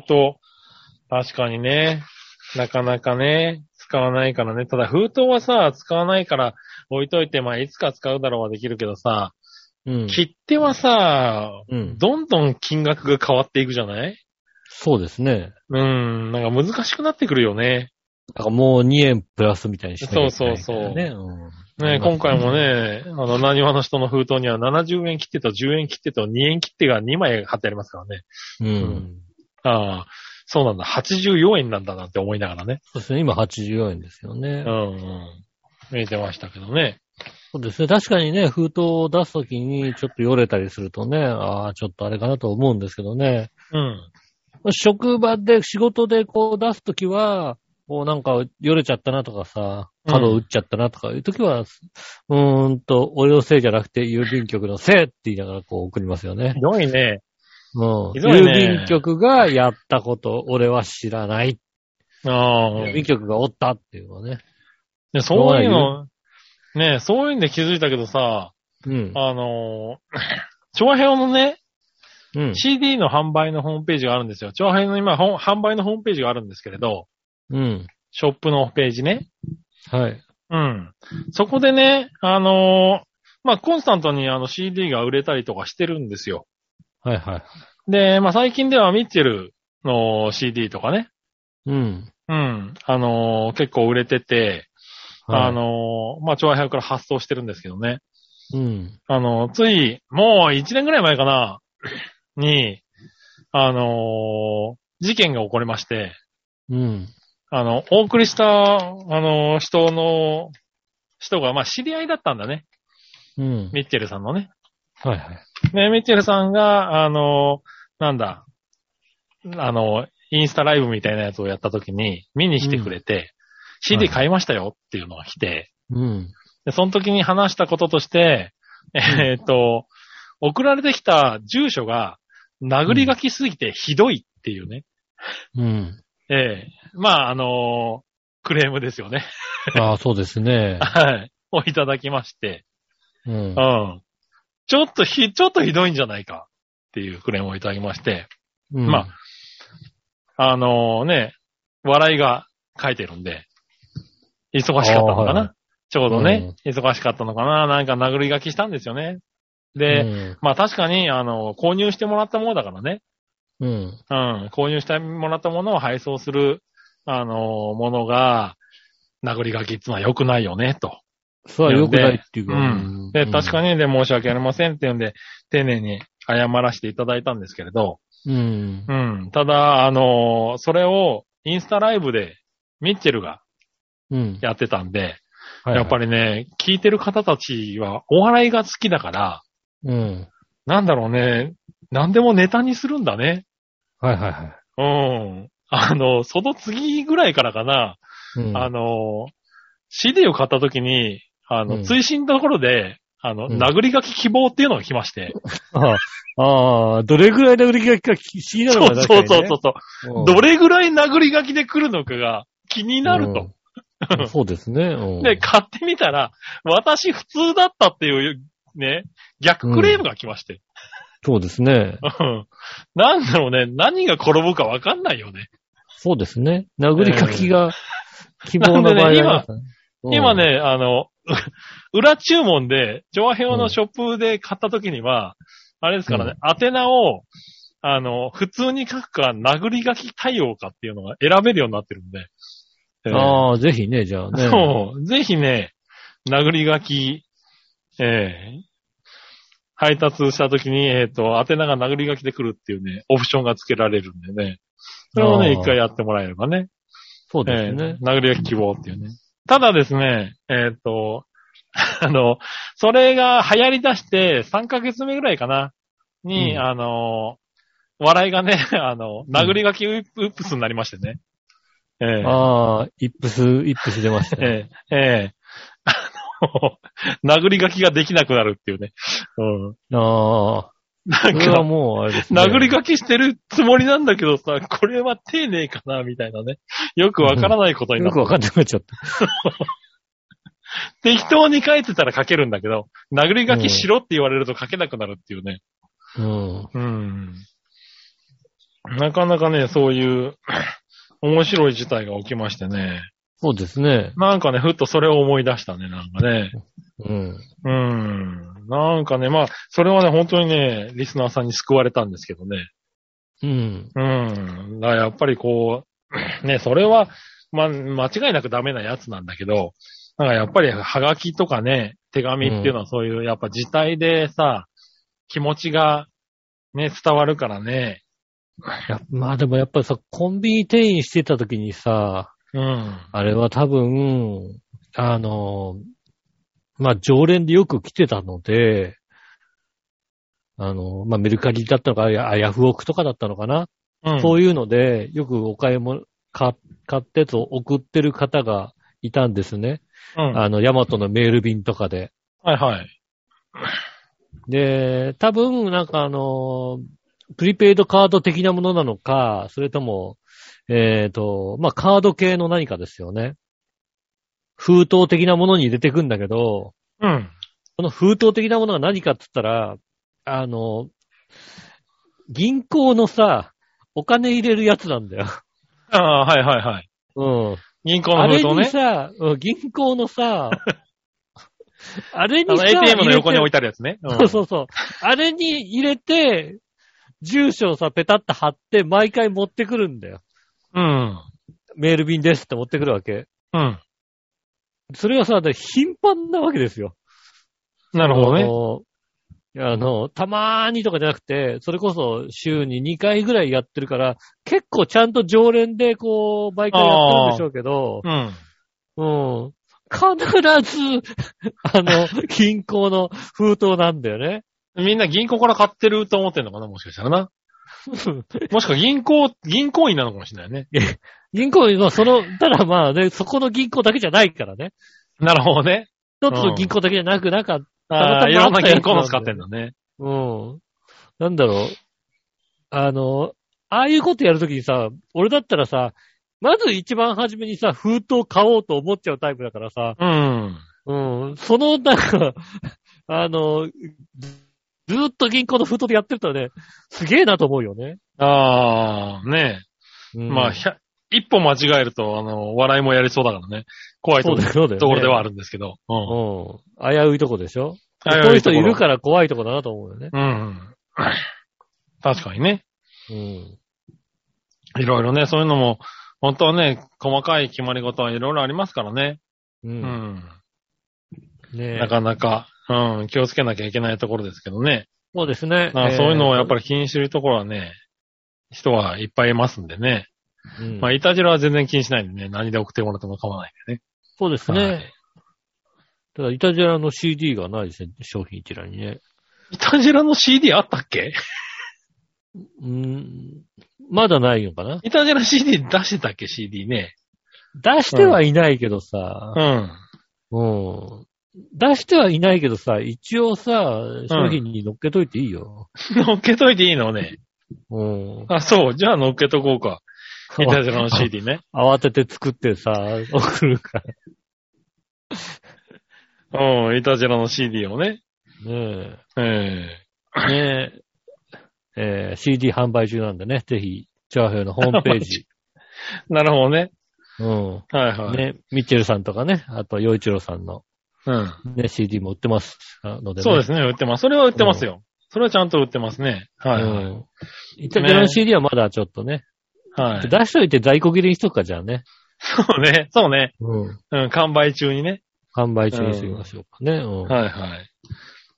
確かにね。なかなかね、使わないからね。ただ封筒はさ、使わないから置いといて、まあいつか使うだろうはできるけどさ、
うん。
切手はさ、
うん。
どんどん金額が変わっていくじゃない
そうですね。
うん、なんか難しくなってくるよね。
だからもう2円プラスみたいにしなきゃいけないからね。うん
ね、今回も。ね、あの、何話の人の封筒には70円切手と10円切手と2円切手が2枚貼ってありますからね。
うん。
ああ、そうなんだ。84円なんだなって思いながらね。
そうですね。今84円ですよ
う
ね
ん、。うん。見えてましたけどね。
そうですね。確かにね、封筒を出すときにちょっとよれたりするとね、ああ、ちょっとあれかなと思うんですけどね。
うん。
職場で、仕事でこう出すときは、こうなんか、よれちゃったなとかさ、角打っちゃったなとかいうときは、うーんと、俺のせいじゃなくて、郵便局のせいって言いながらこう送りますよね
ひ。どいね。
うん。
ひどい
郵
ね
便局がやったこと、俺は知らない。
ああ
郵便局がおったっていうのはね。
ね。そういうの、ねそういうんで気づいたけどさ、
うん。
あのー、長編のね、
うん。
CD の販売のホームページがあるんですよ。長編の今、ほん販売のホームページがあるんですけれど、
うん。
ショップのページね。
はい。
うん。そこでね、あのーまあ、コンスタントにあの CD が売れたりとかしてるんですよ。
はいはい。
で、まあ、最近ではミッチェルの CD とかね。
うん。
うん。あのー結構売れてて、
はい
あ、のーまあ、長編から発送してるんですけどね。
うん。
あの、つい、もう1年ぐらい前かな、に、あのー事件が起こりまして、
うん。
あの、お送りした、あのー人の、人が、まあ、知り合いだったんだね。
うん。
ミッチェルさんのね。
はいはい。
ね、ミッチェルさんが、あのーなんだ、あのインスタライブみたいなやつをやった時に、見に来てくれて、
うん
CD 買いましたよっていうのが来て、
うん。
で、その時に話したこととして、えーっと、送られてきた住所が、殴り書きすぎてひどいっていうね。
うん。
ええまあ、あのークレームですよね。
ああ、そうですね。
はい。をいただきまして。
うん
う。ん。ちょっとひ、ちょっとひどいんじゃないかっていうクレームをいただきまして。
うん
まあ、あのーね、笑いが書いてるんで、忙しかったのか
あー
な、
はい
ちょうどね、忙しかったのかななんか殴り書きしたんですよね。で、
うん
まあ確かに、あの、購入してもらったものだからね。
うん。
うん。購入してもらったものを配送する、あの、ものが、殴り書きってのは良くないよね、と。
そうは良くないっていう
う
か。
ん。で、確か
に。
に、で、申し訳ありませんっていうんで、丁寧に謝らせていただいたんですけれど、
うん。
うん。ただ、あの、それをインスタライブで、ミッチェルが
うん。
やってたんで、
はい
やっぱりね、聞いてる方たちはお笑いが好きだから、
うん。
なんだろうね、何でもネタにするんだね。
はいはいは
うん。あの、その次ぐらいからかな、
い。うん
あの、CD を買った時に、あの、
うん
追伸のところで、あの、
うん
殴り書き希望っていうのが来まして。
ああああ、どれぐらいの売り切れか気気になる
そう
の
そうそうそううそう、
ん。
どれぐらい殴り書きで来るのかが気になると。
うん。そうですね。うん
で、買ってみたら、私普通だったっていう、ね、逆クレームが来まして。
そうですね。
うん。なんだろうね、何が転ぶかわかんないよね。
そうですね。殴り書きが希望の場合
なんでね
ありますねうん
今ね、あの、 裏注文で、上和表のショップで買った時には、あれですからね、宛名を、あの、普通に書くか、殴り書き対応かっていうのが選べるようになってるんで。えー
ああ、ぜひね、じゃあね。
そう、ぜひね、殴り書き、ええ配達した時に、えっ、と、宛名が殴り書きで来るっていうね、オプションが付けられるんでね。それを
あ
ね、
ー
一回やってもらえればね。
そうで
え
す
ー
ね。
殴り書き希望っていうね。ただですね、えっ、と、 あの、それが流行り出して3ヶ月目ぐらいかな、に、
うん
あの、笑いがね、 あの、殴り書きウップウップスになりましてね。えー
ああ、イップス、イップス出ましたね。
ええ、ええ。あの、 殴り書きができなくなるっていうね。うん。
ああ、
な
それは
んか、
もうあれですね。
殴り書きしてるつもりなんだけどさ、これは丁寧かな、みたいなね。よくわからないことにな
よ
っ
くわかんなくなっちゃった。
適当に書いてたら書けるんだけど、殴り書きしろって言われると書けなくなるっていうね。
うん。
うん。なかなかね、そういう、面白い事態が起きましてね。
そうですね。
なんかね、ふっとそれを思い出したね、なんかね。
うん。
うん。なんかね、まあ、それはね、本当にね、リスナーさんに救われたんですけどね。
うん。
うん。だからやっぱりこう、 ね、それは、まあ、間違いなくダメなやつなんだけど、なんかやっぱり、ハガキとかね、手紙っていうのはそういう、やっぱ自体でさ、気持ちが、ね、伝わるからね。
やまあでもやっぱりさ、コンビニ店員してた時にさ、
うん。
あれは多分、あの、まあ常連でよく来てたので、あの、まあメルカリだったのか、ヤヤフオクとかだったのかな、
うん。
そう
いう
いうので、よくお買い物、か買ったやつを送ってる方がいたんですね。
うん。は
あの、ヤマトのメール便とかで。
いはい。
で、多分、なんかあの、プリペイドカード的なものなのか、それとも、えっ、と、まあ、カード系の何かですよね。封筒的なものに入れてくんだけど、
うん。
この封筒的なものが何かって言ったら、あの、銀行のさ、お金入れるやつなんだよ。
ああ、はいはいはい。
うん。
銀行
あ
の
れ
封筒
に
ね。
さ、うん銀行の さ、あれ
あ
に
の、
さ、
ATM の横
入れ
に
て
置いてあるやつね。
そうそうそう。あれに入れて、住所をさ、ペタッと貼って、毎回持ってくるんだよ。
うん。うん。
メール便ですって持ってくるわけ。
うん。
それがさ、だから頻繁なわけですよ。
なるほどね。
あの。あの、たまーにとかじゃなくて、それこそ週に2回ぐらいやってるから、結構ちゃんと常連でこう、毎回やってるんでしょうけど、
うん。
うん。必ず、 あの、銀行の封筒なんだよね。
みんな銀行から買ってると思ってんのかなもしかしたらな。もしくは銀行、銀行員なのかもしれないね。
銀行員はその、ただまあね、そこの銀行だけじゃないからね。
なるほどね。
一つの銀行だけじゃなく、なんか、
あ
たまたま
あ、いろんな
あったやつ
銀行の使ってんだね。
うん。なんだろう。あの、ああいうことやるときにさ、俺だったらさ、まず一番初めにさ、封筒買おうと思っちゃうタイプだからさ、
うん。
うん。その、なんか、 あの、ずずっと銀行の封筒でやってるとね、すげえなと思うよね。
ああ、ね
う
え。
ん
まあ、ひゃ一歩間違えると、あの、笑いもやりそうだからね。怖い
そ
と
う
こ
だよ、そうだよね、
ところではあるんですけど。うん。
うん。危ういとこでしょ
あ
こういう人いる
ら。
から怖いとこだなと思うよね。
うん。確かにね。
うん。
いろいろね、そういうのも、本当はね、細かい決まり事はいろいろありますからね。
う。
うんん。
ねえ
なかなか、うん、気をつけなきゃいけないところですけどね。
そうですね。
まあそういうのをやっぱ
り、
り気にしてるところはね、人はいっぱいいますんでね。
うん
まあ、イタジラは全然気にしないんでね、何で送ってもらっても構わないんでね。
そうですね。
はい
ただ、イタジェラの CD がないですね、商品一覧にね。
イタジラの CD あったっけ
うーん。まだないのかな
イタジラ CD 出してたっけ ?CD ね。
出してはいないけどさ
う、ん。
う ん。出してはいないけどさ、一応さ、商品に乗っけといていいよ。
乗っけといていいのね。
うん。
あ、そう。じゃあ乗っけとこう か。イタジラの
CD。
CD ね。
慌てて作ってさ、送るから。
うん、イタジラの CD をね。
ね
え
え。ねえ。えー CD 販売中なんでね、ぜひ、チャーヘイのホームペー ジ。
えなるほどね。
うん。
はいはい。
ね、ミッチェルさんとかね、あと、洋一郎さんの
うん。
ね、CD も売ってますあので、ね。。
そうですすね。売ってます。それは売ってますよ。それはちゃんと売ってますね。はいはい。
うん。イタジェラの CD はまだちょっとね。
はい。
出しといて在庫切れにしとくか、じゃあね。
そうね。そうね。
うん。
うん、完売中にね。
販売中にしてみましょうかね。うん。
はいはい。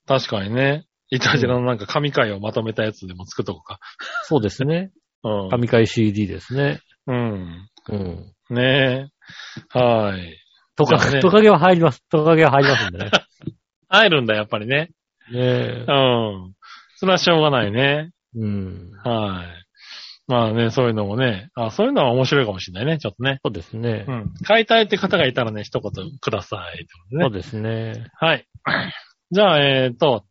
確かにね。イタジェラのなんか神回をまとめたやつでも作っとこうか。
そうですね。
うん。
神回 CD ですね。
うん。
うん。
ねえ。はい。
トカ
じゃあね
ゲ、トカゲは入ります。トカゲは入りますんでね。
入るんだ、やっぱりね。
ねえ
う。ん。それはしょうがないね。
うん。
はい。まあね、そういうのもね。あ、そういうのは面白いかもしれないね、ちょっとね。
そうですね
う。ん。解体って方がいたらね、一言くださいってことで
そ
ね。
うですね。
はい。 じゃあ、えっ、と、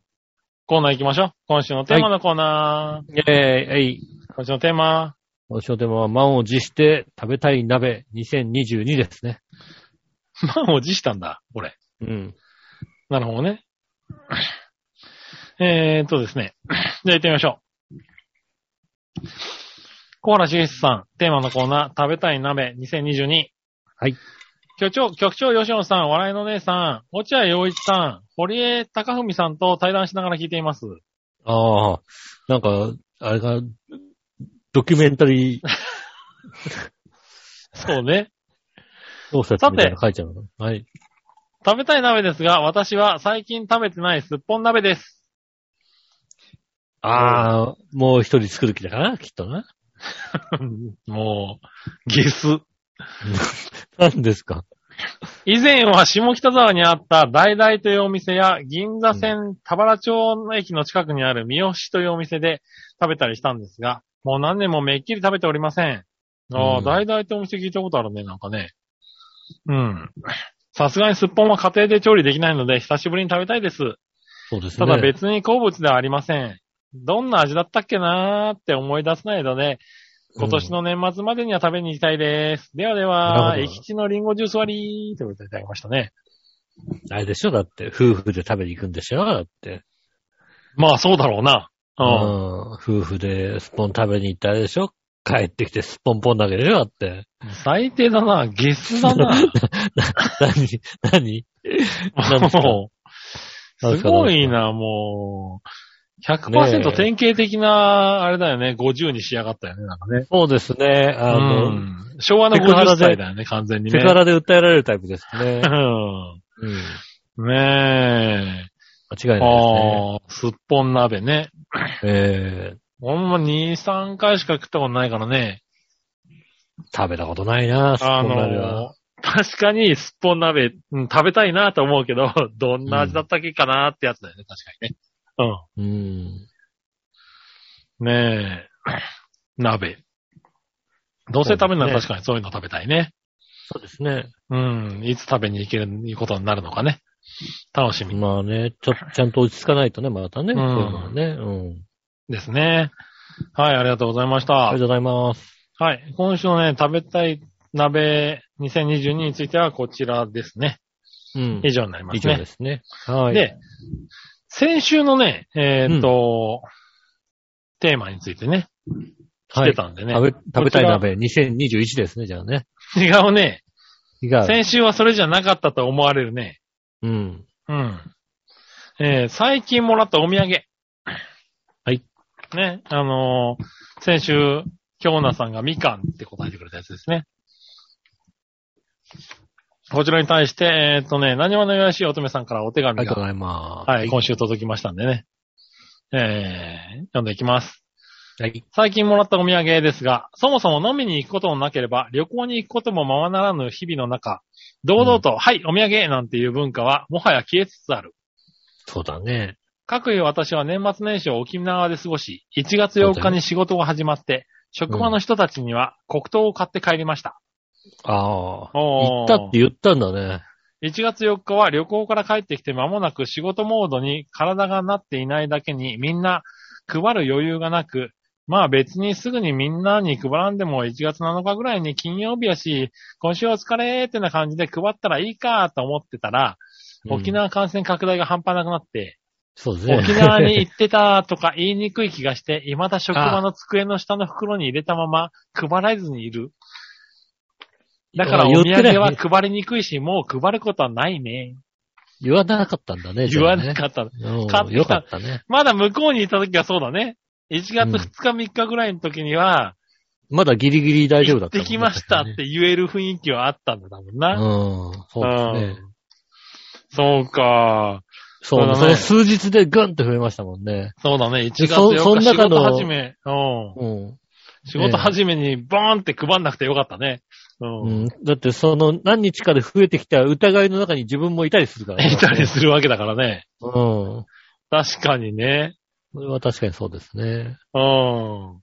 コーナー行きましょう。今週のテーマのコーナー。
えー、えい。
今週のテーマ。
今週のテーマは満を持して食べたい鍋2022ですね。
満を持したんだ、これ。
うん。
なるほどね。えーっとですね。じゃあ行ってみましょう。小原茂さん、テーマのコーナー、食べたい鍋2022。
はい。
局長、局長吉野さん、笑いの姉さん、落合陽一さん、堀江貴文さんと対談しながら聞いています。
ああ、なんか、あれが、ドキュメンタリー
そうね。
小説みたいなの書いちゃうの。はい。
食べたい鍋ですが、私は最近食べてないすっぽん鍋です。
ああ、もう一人作る気だからな、きっとな。
もう、ゲス。
何ですか
以前は下北沢にあった大々というお店や銀座線田原町の駅の近くにある三好というお店で食べたりしたんですが、もう何年もめっきり食べておりません。ああ、
うん
大々ってお店聞いたことあるね、なんかね。うん。さすがにすっぽんは家庭で調理できないので久しぶりに食べたいです。
そうです
た
ね。
だ別に好物ではありません。どんな味だったっけなーって思い出せないので、今年の年末までには食べに行きたいです。ではで
な
は、
るほど
駅地のリンゴジュース割りということでいただきましたね。
あれでしょだって、夫婦で食べに行くんでしょだって。
まあそうだろうな。
う
うん。
夫婦でスポン食べに行ったあれでしょ帰ってきてスポンポンだけでしょだって。
最低だな。ゲスだな。
何何何ですか
も
何
う、
ですすか
ごいな、もう。
ね
100%
え
典型的な、あれだよね。50に仕上がったよね、なんかね。
そうですね。あの、
うん昭和の
セクハラ
50
で
歳だよね、完全に
手
ね。
柄で訴えられるタイプです ね。
うん
うん。間違
ねえ。
いない
ああ、すっぽん鍋ね。
ですね。えー、
ほんま2、3回しか食ったことないからね。
食べたことないな、スポン
あ
鍋は。
の、確かにすっぽん鍋、うん食べたいなと思うけど、 どんな味だったっけかなってやつだよね、確かにね。うん。
うん。
ねえ。鍋。どうせ食べるなら
そうですね
確かにそういうの食べたいね。
そうですね。
うん。いつ食べに行けることになるのかね。楽しみ
まあね、ちょ、ちゃんと落ち着かないとね、またね。
うん
そういうのはね。うん。
ですね。はい、ありがとうございました。
ありがとうございます。
はい。今週のね、食べたい鍋2022についてはこちらですね。
うん。
以上になりますね。
以上ですね。はい。
で、先週のね、えーっと、テーマについてね、来
はい
てたんでね。
食べ、食べたい鍋2021ですね、じゃあね。
違うね。
違う。
先週はそれじゃなかったと思われるね。
うん。
うん。えー最近もらったお土産。
はい。
ね、あのー先週、京奈さんがみかんって答えてくれたやつですね。こちらに対して、えーっとね、何話のよやしい乙女さんからお手
あり
紙
がとうご
が、
ざいます。
はい、今週届きましたんでね。えー、読んでいきます。
はい。
最近もらったお土産ですが、そもそも飲みに行くこともなければ、旅行に行くこともままならぬ日々の中、堂々と、はい、お土産なんていう文化は、もはや消えつつある。
そうだね。
各いう私は年末年始を沖縄で過ごし、1月8日に仕事が始まって、職場の人たちには黒糖を買って帰りました。
ああ。行
おー
ったって言ったんだね。
1月4日は旅行から帰ってきて間もなく仕事モードに体がなっていないだけにみんな配る余裕がなく、まあ別にすぐにみんなに配らんでも1月7日ぐらいに金曜日やし、今週お疲れーってな感じで配ったらいいかと思ってたら、沖
うん。
縄感染拡大が半端なくなって、
そうですね。
沖縄に行ってたとか 言いにくい気がして、未だ職場の机の下の袋に入れたまま配られずにいる。だから お
言っ
土
てない
産は配りにくいし、もう配ることはないね。
言わなかったんだね。
言わな
っ
かった。
た。うん
買ってきた
よかったね。
まだ向こうにいた時はそうだね。1月2日3日ぐらいの時には、
まだギリギリ大丈夫
行
だ
っ
ったも
て
んね。
きましたって言える雰囲気はあったんだもん
う
な。
ん。そうですね。
そうか。
そう、
そうだね
その数日でぐんと増えましたもんね。
そうだね、1月
そ
4日
その
仕
中の
事始め、うん。
うん。
仕事始めにボーンって配んなくてよかったね。う。
うんん、だってその何日かで増えてきた疑いの中に自分もいたりする から、
いたりするわけだからね。
うん。そ
確かにね。
れは確かにそうですね。
うん。も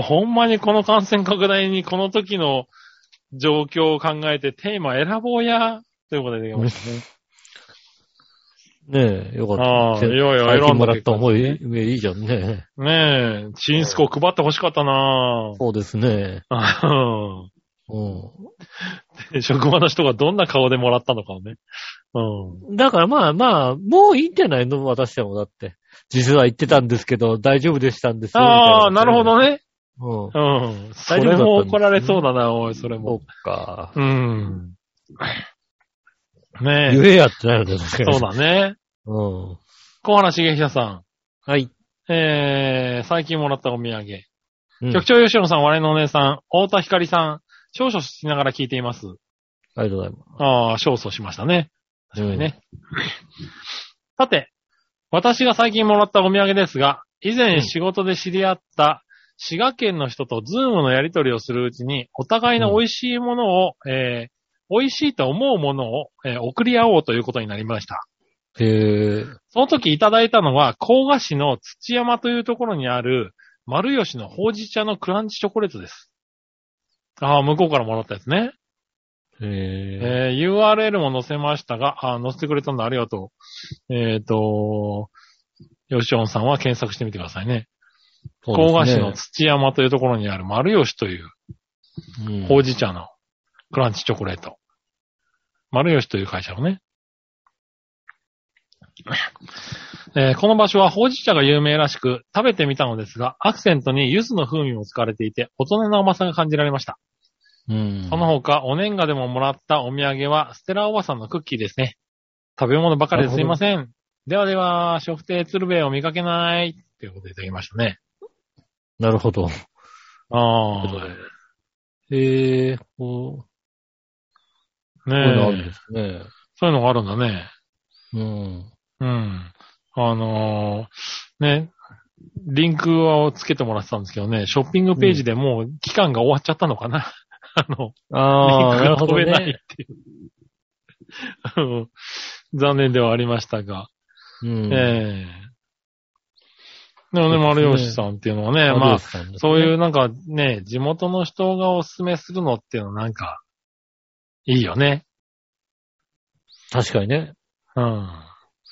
うほんまにこの感染拡大にこの時の状況を考えてテーマ選ぼうや、ということでできましたね。
ねえ、よかった。
ああ、い
せ
やいや、
最
選
近
ん
も
だ
らっ
結果
た思い、いいじゃんね。
ねえ、チンスコ配ってほしかったな
そうですね。
ぁ。
う。
うん職場の人がどんな顔でもらったのかをね。うん
だからまあまあ、もういいんじゃないの私でもだって。実は言ってたんですけど、大丈夫でしたんです
ん。
よ。
ああ、
みた
ないるほどね。
うん。
う
大丈夫だったん
ん。そ
ですね
れも怒られそうだな、おい、それ
そ
も。
うか。
うん。ね
言えやってなるんだよ、
え。
確かに
そう。だね。
うん。
小原茂久さ
はい。
ん。えー、最近もらったお土産。
うん
局長吉野さん、我々のお姉さん、太田光さん、少々しながら聞いています。
ありがとうございます。
ああ、少々しましたね。確かにね。さて、私が最近もらったお土産ですが、以
う
前
ん
仕事で知り合った滋賀県の人とズームのやり取りをするうちに、お互いの美味しいものを、えー美味しいと思うものを、えー送り合おうということになりました。
へえ。
その時いただいたのは、甲賀市の土山というところにある、丸吉のほうじ茶のクランチチョコレートです。ああ、向こうからもらったやつね。
へえ。
えー URL も載せましたが、あー載せてくれたんだ、ありがとう。えっ、と、吉ンさんは検索してみてくださいね。
そうですね
甲賀市の土山というところにある丸吉という
うん
ほうじ茶のクランチチョコレート。丸吉という会社のね。えーこの場所はほうじ茶が有名らしく、食べてみたのですが、アクセントに柚子の風味も使われていて、大人の甘さが感じられました。
うん。
その他、お年賀でももらったお土産は、ステラおばさんのクッキーですね。食べ物ばかりですいません。ではでは、食亭鶴瓶を見かけない。ということでいただきましたね。
なるほど。
ああ。
へえ、こう、こういうのあるん
ねえ
ですね。
そういうのがあるんだね。
うん。
うん。あのーね、リンクをつけてもらってたんですけどね、ショッピングページでもう期間が終わっちゃったのかな。 あの、
ああ、な
リ
るほ
ンクが飛
ど
べない
ね。
っていう。あの残念ではありましたが。
うん
ええでもね、丸吉さんっていうのはね、まあ、そういうなんかね、地元の人がおすすめするのっていうのはなんか、いいよね。
確かにね。
うん。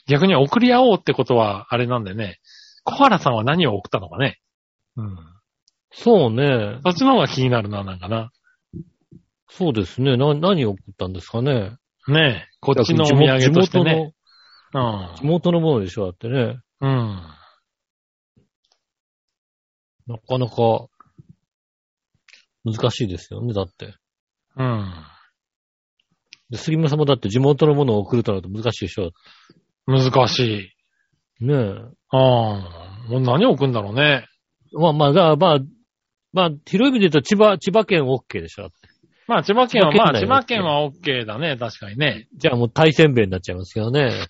逆に送り合おうってことは、あれなんでね、小原さんは何を送ったのかね。うん。
そうね。
そっちの方が気になるな、なんかな。
そうですね。な、何を送ったんですかね。
ねえ、こっちのお土産としてね。うん
地元の、地。元のものでしょ、だってね。
うん。
なかなか、難しいですよね、だって。
うん。
で杉村さんもだって地元のものを送るとなると難しいでしょ。
難しい。
ねえ。
うん。もう何を送るんだろうね。
まあまあ、だまあ、まあ、広い意味で言うと千葉、千葉県 OK でしょ。だって
まあ、千葉県は、
千葉県
まあ、
内
千葉県は OK だね、確かにね。
じゃあもう大煎餅になっちゃいますけどね。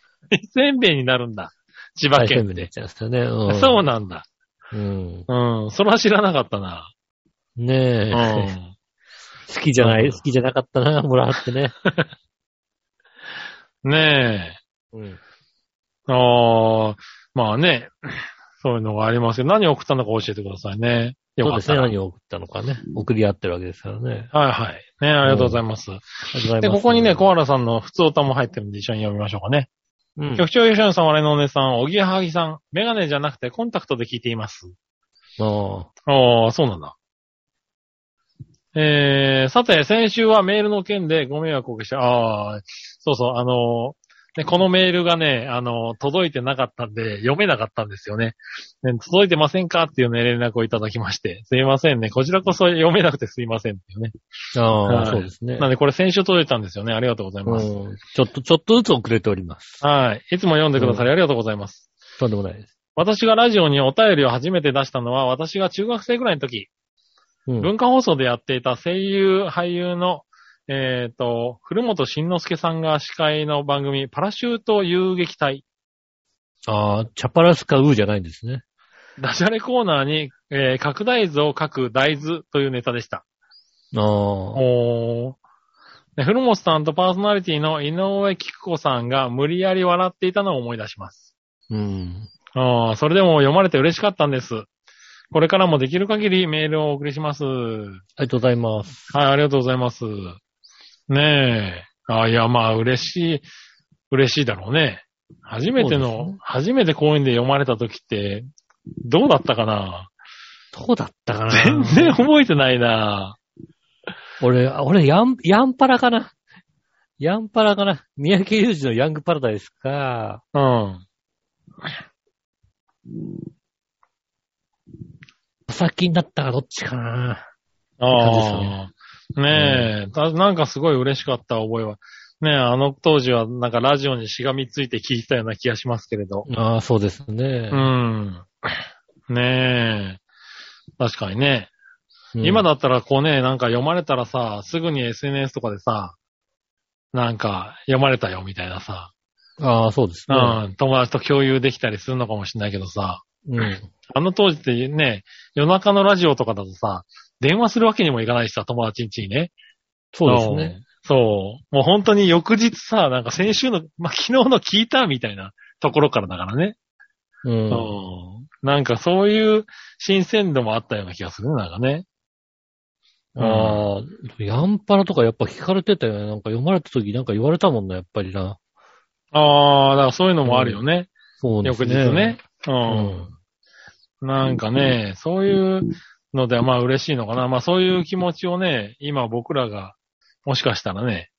せんべいになるんだ。千葉
大煎
県
餅
っ。
になってちゃいますよね。うん、
そうなんだ。
うん。
うん。それは知らなかったな。
ね
う
え。
ん。
好きじゃな
うん
い、好きじゃなかったな、もらってね。
ね
うん。
え。ああ、まあね。そういうのがありますけど、何を送ったのか教えてくださいね。よ
そう
か
で
っ
す
た
ね。
ら。
何を送ったのかね。送り合ってるわけですからね。
はいはい。ねありがとうございます。
ありがとうございます。
で、ここにね、小原さんの普通歌も入ってるんで一緒に読みましょうかね。
うん、
局長吉野さん、我々のお姉さん、おぎやはぎさん、メガネじゃなくてコンタクトで聞いています。
ああ
ああ、そうなんだ。えー、さて、先週はメールの件でご迷惑をおかけした。ああ、そうそう、あのーね、このメールがね、あのー届いてなかったんで、読めなかったんですよね。ね届いてませんかっていうね、連絡をいただきまして。すいませんね。こちらこそ読めなくてすいませんっていうね。
あ
は
あ、
い
そうですね。
なんで、これ先週届いたんですよね。ありがとうござい
うん
ます。
ちょっと、ちょっとずつ遅れております。
はい。いつも読んでくださりありがとうございます。
とんでもないです。
私がラジオにお便りを初めて出したのは、私が中学生ぐらいの時、
うん。
文化放送でやっていた声優、俳優の、えっ、と、古本慎之介さんが司会の番組、パラシュート遊撃隊
ああ、チャパラスカウーじゃないんですね。
ダジャレコーナーに、えー拡大図を書く大図というネタでした。
ああ。
おー。で古本さんとパーソナリティの井上貴子さんが無理やり笑っていたのを思い出します。
うん。
あーそれでも読まれて嬉しかったんです。これからもできる限りメールをお送りします。はい、
ありがとうございます。
ありがとうございます。ねえ。あーいや、まあ、嬉しい、嬉しいだろうね。初めて
そうで
の、
すね
初めて公演で読まれた時って、どうだったかな
どうだったかな
全然覚えてないな
俺、あ俺、ヤン、ヤンパラかなヤンパラかな三宅裕二のヤングパラダイスか、
うん。
お先になったかどっちかな
ああ。ねえ、たなんかすごい嬉しかった覚えは。ねえ、あの当時はなんかラジオにしがみついて聞いてたような気がしますけれど。
ああ、そうですね
う。ん。ねえ。確かにね。
うん
今。だったらこうね、なんか読まれたらさ、すぐに SNS とかでさ、なんか読まれたよみたいなさ、
ああ、そうです
う
ね。
ん、友達と共有できたりするのかもしれないけどさ、
うん。
あの当時ってね、夜中のラジオとかだとさ、電話するわけにもいかないしさ、友達ん家にね。
そうですね。
そう。もう本当に翌日さ、なんか先週の、まあ、昨日の聞いたみたいなところからだからね。
う。
うんん。なんかそういう新鮮度もあったような気がするね、なんかね。
ああ、ヤンパラとかやっぱ聞かれてたよね。なんか読まれた時なんか言われたもんな、やっぱりな。
ああ、だからそういうのもあるよね。
そうです
翌
ね。
日ね。う。
うんん。
なんかね、そういうのではまあ嬉しいのかな。まあそういう気持ちをね、今僕らが、もしかしたらね、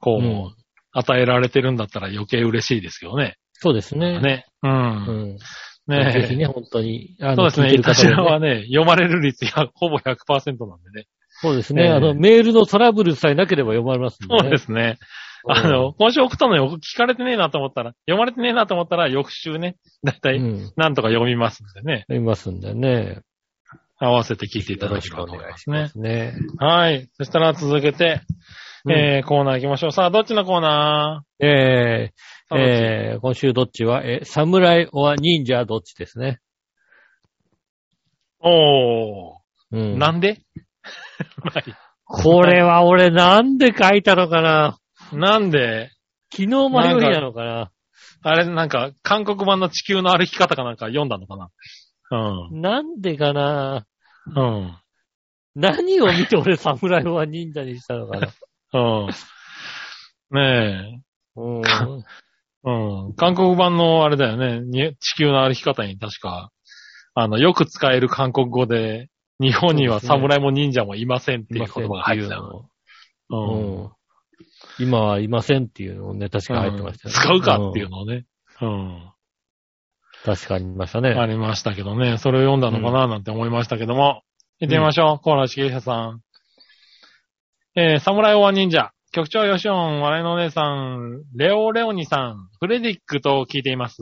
こう、
うん
与えられてるんだったら余計嬉しいですよね。
そうですね。
ね。う。
うんん。
ね
ぜひね、本当に。あ
そう
の
ですね。
聞いて
い
る
た
方
し
もね
らはね、読まれる率が ほぼ100%なんでね。
そうですね。
ええ
あの、メールのトラブルさえなければ読まれますんで、ね。
そうですね。
うん
あの、今週送ったのよ、聞かれてねえなと思ったら、読まれてねえなと思ったら、翌週ね、だいた
う
い、
ん。
なんとか読みますんでね、
読みますんでね。
合わせて聞いていた
よ
だ
ろ
け
し
れ
く
ば
お
と思い
願
ま
い
す
し
ね
ま。すね。
はい。そしたら続けて、
うん
えー、コーナー行きましょう。さあ、どっちのコーナ
え
ー
ー、えー、今週どっちは、えー、侍は忍者どっちですね。
お
う
ー、
ん。
なんで
これは俺なんで書いたのかな
なんで、
昨日迷いなのかな
あれ、なんか、韓国版の地球の歩き方かなんか読んだのかな
なんでかな
うん。うん。
何を見て俺侍は忍者にしたのかな
うん。ねえ。
うん。
うん。韓国版のあれだよね。に地球の歩き方に確か、あの、よく使える韓国語で、日本には
そうですね
侍も忍者もいませんっていう言葉が入ってたの。う。
うんん。今はいませんっていうのをね、確か入ってましたよね
使うかっていうのをね。うん。
確かにありましたね。
ありましたけどね。それを読んだのかななんて思いましたけども。行ってみましょう。コーナー指揮者さん。えー、侍オア忍者。局長ヨシオン、笑いのお姉さん、レオレオニさん、フレディックと聞いています。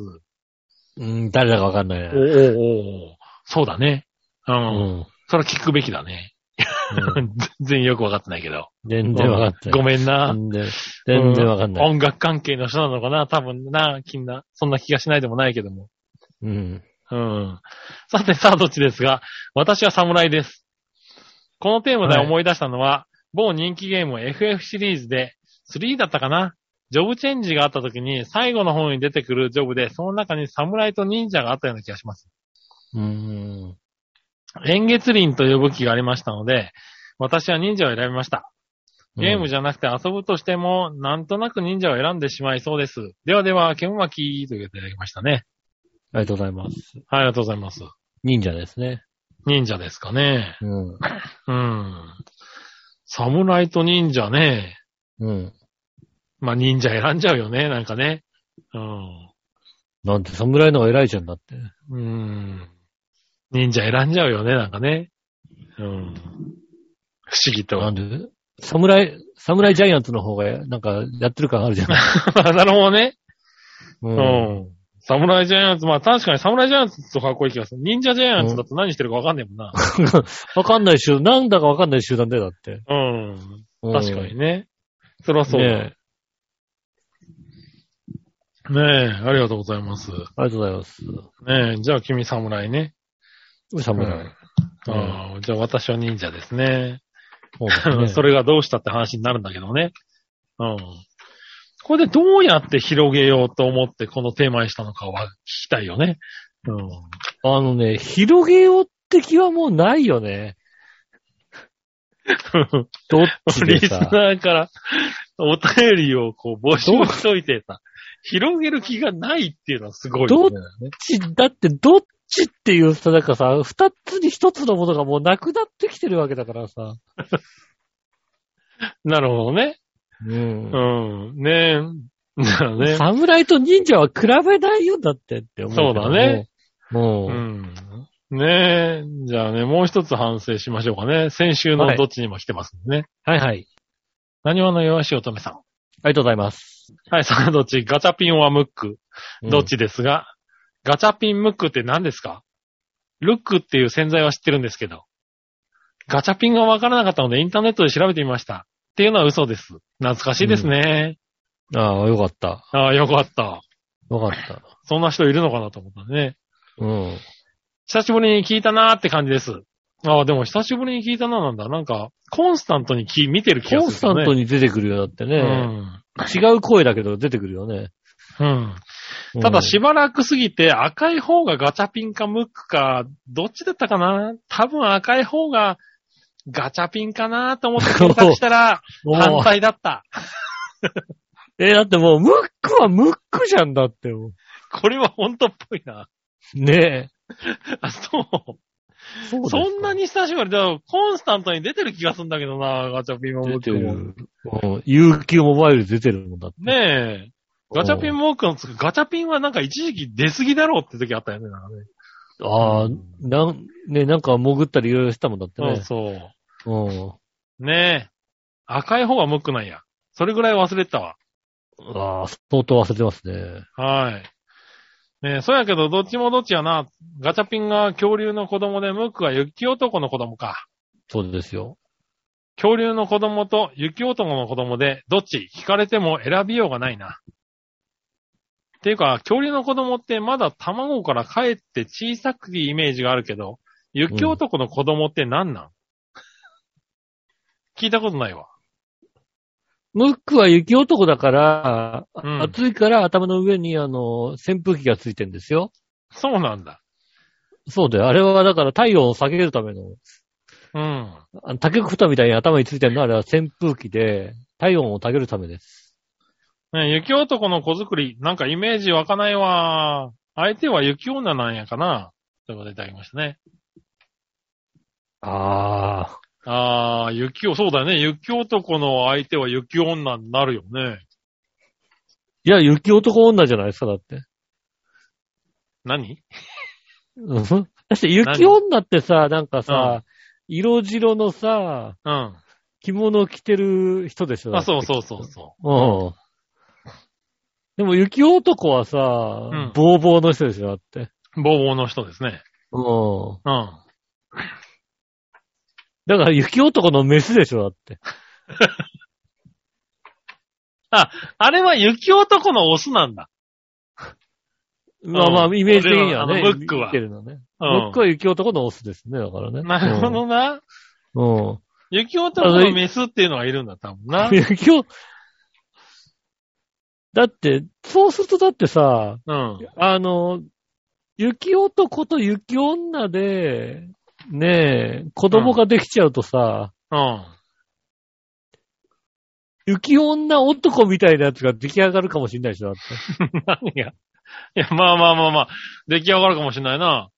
うん、誰だかわかんない
お
ね。
おそうだね。
う
うん
ん。
それ聞くべきだね。 全然よくわかってないけど。
全然わかんない。
ごめんな。
全然、全然わかんない。
音楽関係の人なのかな多分な、気な、そんな気がしないでもないけども。
うん。
うん。さて、さあ、どっちですが、私は侍です。このテーマで思い出したのは、某人気ゲーム FF シリーズで、3だったかなジョブチェンジがあった時に、最後の方に出てくるジョブで、その中に侍と忍者があったような気がします。
うん。
円月輪という武器がありましたので、私は忍者を選びました。ゲーム
じ
じゃなくて遊ぶとしても、なんとなく忍者を選んでしまいそうです。ではでは、ケムマキーということでいただきましたね。
ゃ。ありがとうございます。
はいありがとうございます。
忍者ですね。
忍者ですかね。
うん。
うん。侍と忍者ね。
うん。
まあ、忍者選んじゃうよね、なんかね。うん。
なんて、侍の方が偉いじゃんだって。
うん。忍者選んじゃうよね、なんかね。うん。不思議と。
なんで、侍、侍ジャイアンツの方が、なんか、やってる感あるじゃん。
なるほどね。
う
う。ん。サムライジャイアンツ、まあ確かにサムライジャイアンツとかっこいい気がする。忍者ジャイアンツだと何してるかわかんねえ もんな。
わかんない集団、なんだかわかんない集団でだって。
うん。
うん
確かに。ね。そりゃそうだ。
ね
ねえ、ありがとうございます。
ありがとうございます。
ねえ、じゃあ君侍ね。
侍。
うん ああじゃあ私は忍者ですね。
そうですね
それがどうしたって話になるんだけどね。うん。これでどうやって広げようと思ってこのテーマにしたのかは聞きたいよね。うん。
あのね、広げようって気はもうないよね。どっち
リ
で
ス
さ。
ナーからお便りをこう募集しといてさ、広げる気がないっていうのはすごいよね。
ちだってどっちっていうさ、なんかさ、二つに一つのものがもうなくなってきてるわけだからさ。
なるほどね。
うん
うん。ね え。だからね。
侍と忍者は比べないよだってって思うけど。
そうだね。
もう
う、ん。ねえ。じゃあね、もう一つ反省しましょうかね。先週のどっちにも来てますんでね。
はいはい。
何話の弱し乙女さん。
ありがとうございます。
はい、さあ、どっちガチャピンはムック。
うん
どっちですが、ガチャピンムックって何ですかルックっていう洗剤は知ってるんですけど。ガチャピンがわからなかったのでインターネットで調べてみました。っていうのは嘘です。懐かしいですね。
ああ、よかった。
ああ、よかった。
よかった。
そんな人いるのかなと思ったね。
うん。
久しぶりに聞いたなーって感じです。ああ、でも久しぶりに聞いたななんだ。なんか、コンスタントに聞い見てる気が
コンス
す
タ
る、
ン
ね。
ト
ン
に出てくるよだってね。違う声だけど出てくるよね。
うん。うん。
うん
ただしばらく過ぎて赤い方がガチャピンかムックか、どっちだったかな多分赤い方がガチャピンかなと思って検索し たら
もう
反対だった。
え、だってもう、ムックはムックじゃんだっても
これは本当っぽいな。
う。ね
あ、そ。
え。そう
そんな
に
に久しぶりだよ。コンスタントに出てる気がするんだけどな、ガチャピンもム
出て
ックも。
る。うん UQ モバイル出てるもんだって。
ねえ。ガチャピンもムックのつく、ガチャピンはなんか一時期出過ぎだろうって時あったよね、なんかね。
ああ、なん、ね、なんか潜ったりいろいろしたもんだって
そう
ね。
そう。
うん。
ねえ。赤い方がムックなんや。それぐらい忘れてたわ。
ああ、相当忘れてますね。
はい。ねえ、そうやけど、どっちもどっちやな。ガチャピンが恐竜の子供で、ムックは雪男の子供か。
そうですよ。
恐竜の子供と雪男の子供で、どっち聞かれても選びようがないな。っていうか、恐竜の子供ってまだ卵から帰って小さくいイメージがあるけど、雪男の子供って何なん、聞いたことないわ。
ムックは雪男だから、
うん
暑いから頭の上にあの、扇風機がついてんですよ。
そうなんだ。
そうだよ。あれはだから体温を下げるための、
うん。
あの竹くふたみたいに頭についてるのはあれは扇風機で、体温を下げるためです。
ね、雪男の子作り、なんかイメージ湧かないわ。相手は雪女なんやかな。ということでいただきましたね。
ああ、
あー、雪を、そうだよね。雪男の相手は雪女になるよね。
いや、雪男女じゃないですか、だって。
何
うんだって雪女ってさ、なんかさ、色白のさ、
うん。
着物を着てる人でしょ。
あ、そうそうそうそう。
うん。でも雪男はさ、
ん
ボーボーの人でしょ、だって。
ボーボーの人ですね。
うん。
うん。
だから雪男のメスでしょ、だって。
あれは雪男のオスなんだ。
まあまあ、イメージ的にはね。
俺はあのムックは
見てるのね。
うん。
ムックは雪男のオスですね、だからね。
なるほどな。
うん。うん。
雪男のメスっていうのがいるんだ、多分な。
雪男、だって、そうするとだってさ、
うん。
あの、雪男と雪女で、ねえ、子供ができちゃうとさ、
うん。
雪女男みたいなやつが出来上がるかもしれないでしょ、だって。
何が。いや、まあまあまあまあ。出来上がるかもしれないな。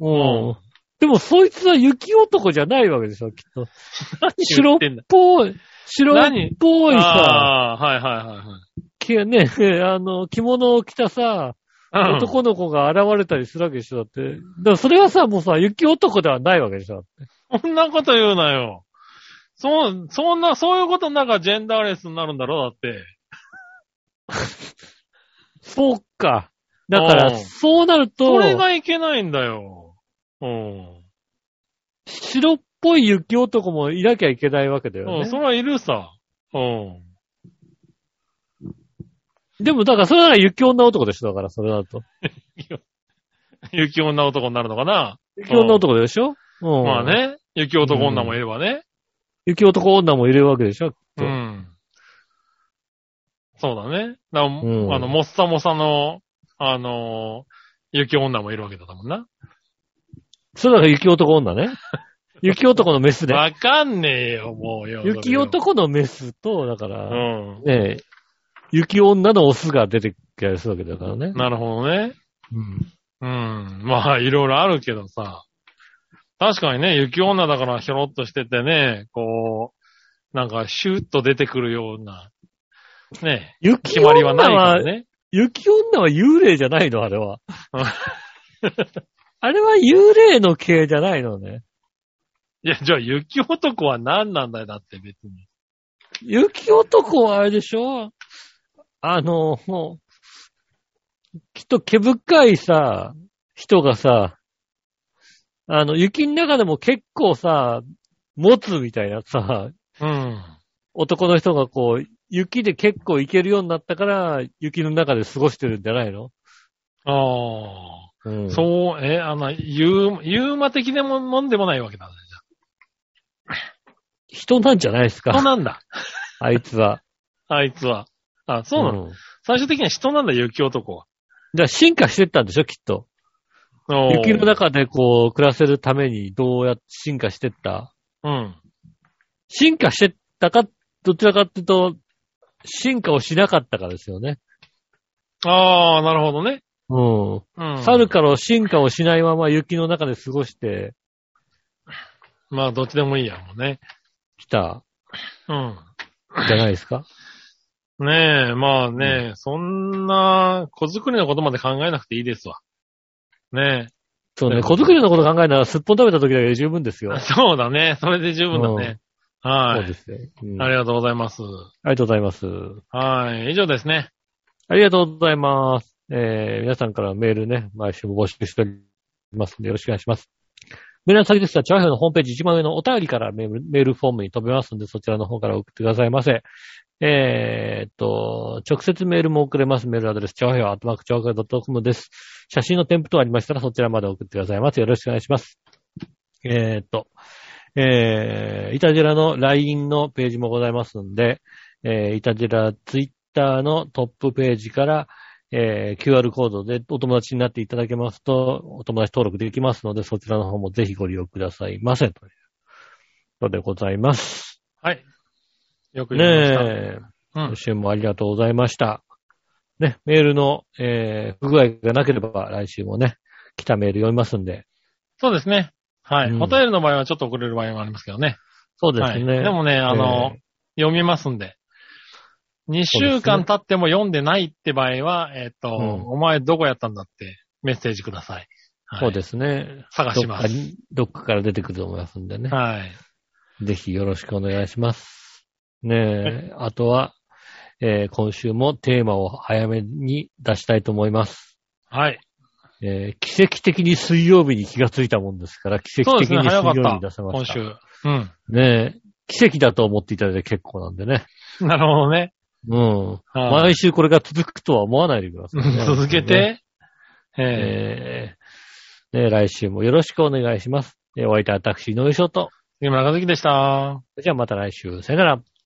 うん。でも、そいつは雪男じゃないわけでしょ、きっと。白
言
って
ん
っ
だ
ぽい、白っ
何
ぽいさ、
ああ、はいはいはいはい。
きね、 あの、着物を着たさ、
うん
男の子が現れたりするわけでしょ、だって。だからそれはさ、もうさ、雪男ではないわけでしょ。
そんなこと言うなよ。そう、そんな、そういうことなんかジェンダーレスになるんだろうだって。
そうか。だから、
うん
そうなる
そ
と、
れがいけないんだよ。うん。
白っぽい雪男もいなきゃいけないわけだよ
うん、
ね
そ。れはいるさ。うん。
でも、だから、それなら雪女男でしょだから、それだと。
雪女男になるのかな
雪女男でしょうん。
まあ。ね。雪男女もいればね。
雪男女もいるわけでしょ
う。
うんん
そうだね。だから
ん
あの、もっさもさの、あのー雪女もいるわけだもんな。
それだから雪男女 ね。雪男のメスで。
わかんねえよ、もうよ。
雪男のメスと、だから、
うん。
ねえ、雪女のオスが出てきたりするわけだからね。
なるほどね。
うん。
うん。まあ、いろいろあるけどさ。確かにね、雪女だからひょろっとしててね、こう、なんかシュッと出てくるような、ね、
雪
決
女
ま
は
りはないからね。
雪女は幽霊じゃないのあれ は。あれは幽霊の系じゃないのね。
いや、じゃあ雪男は何なんだよ、だって別に。
雪男はあれでしょあの、もう、きっと毛深いさ、人がさ、あの、雪の中でも結構さ、持つみたいなさ、
うん。
男の人がこう、雪で結構行けるようになったから、雪の中で過ごしてるんじゃないの
ああ、
うんそう。
そう、え、あの、ユー、ユーマ的でも、もんでもないわけだね。
人なんじゃないです
人
か、
な んだ。
あいつは。
あいつは。あ、そうなの、
んだ。
最終的には人なんだ、雪男は。
じゃあ進化してったんでしょ、きっと。
おー
雪の。中でこう、暮らせるためにどうやって進化してった
うん。
進化してったか、どちらかっていうと、進化をしなかったからですよね。
ああ、なるほどね。
うん。
うん。
猿から進化をしないまま雪の中で過ごして
まあ、どっちでもいいや、もうね。
きた
うん。
じゃないです か
ねえ、まあね、そんな、子作りのことまで考えなくていいですわ。ね
そうね。子作りのこと考えなら、すっぽん食べた時だけで十分ですよ
え。。そうだね。それで十分だね。は
そう
い
で。すね、うん
あ
あ
りがとうございます。
りがとうございます。
はい。以上ですね。
ありがとうございます。えー、皆さんからメールね、毎週募集しておりますので、よろしくお願いします。メールの先ですが、チャワヘのホームページ一番上のお便りからメールメールフォームに飛べますので、そちらの方から送ってくださいませ。えーっと、直接メールも送れます。メールアドレス、チャワヘアアットマークチャワヘア .com です。写真の添付等ありましたら、そちらまで送ってくださいませ。よろしくお願いします。えーっと、えー、イタジェラの LINE のページもございますので、えー、イタジェラツイッターのトップページから、えー QR コードでお友達になっていただけますと、お友達登録できますので、そちらの方もぜひご利用くださいませ。ということでございます。
はい。よく
ね
言いました。
え、
うん
今。週もありがとうございました。ね、メールの、えー不具合がなければ来週もね、来たメール読みますんで。
そうですね。はい。
うん
お便りの場合はちょっと遅れる場合もありますけどね。
そうですね。
はい。でもね、あの、読みますんで。2週間経っても読んでないって場合は、えっ、と、
ん
お前どこやったんだってメッセージください。はい、
そうですね。
探しま
ど
す
っかにどっかから出てくると思いますんでね。
はい。
ぜひよろしくお願いします。ねえ、あとは、えー今週もテーマを早めに出したいと思います。
はい。
えー奇跡的に水曜日に気がついたもんですから、奇
そう
跡的
ですね。
に水
早か
曜
っ
日に
た
出。せま
今
した。
週。うん。
ねえ、奇跡だと思っていただいて結構なんでね。
なるほどね。
うん。
はい。
毎週これが続くとは思わないでください、ね
続けて、
えー、
ええ
えねえ来週もよろしくお願いします。えー、お相手は私、井上翔と。
杉村和樹でした。
じゃあまた来週、さよなら。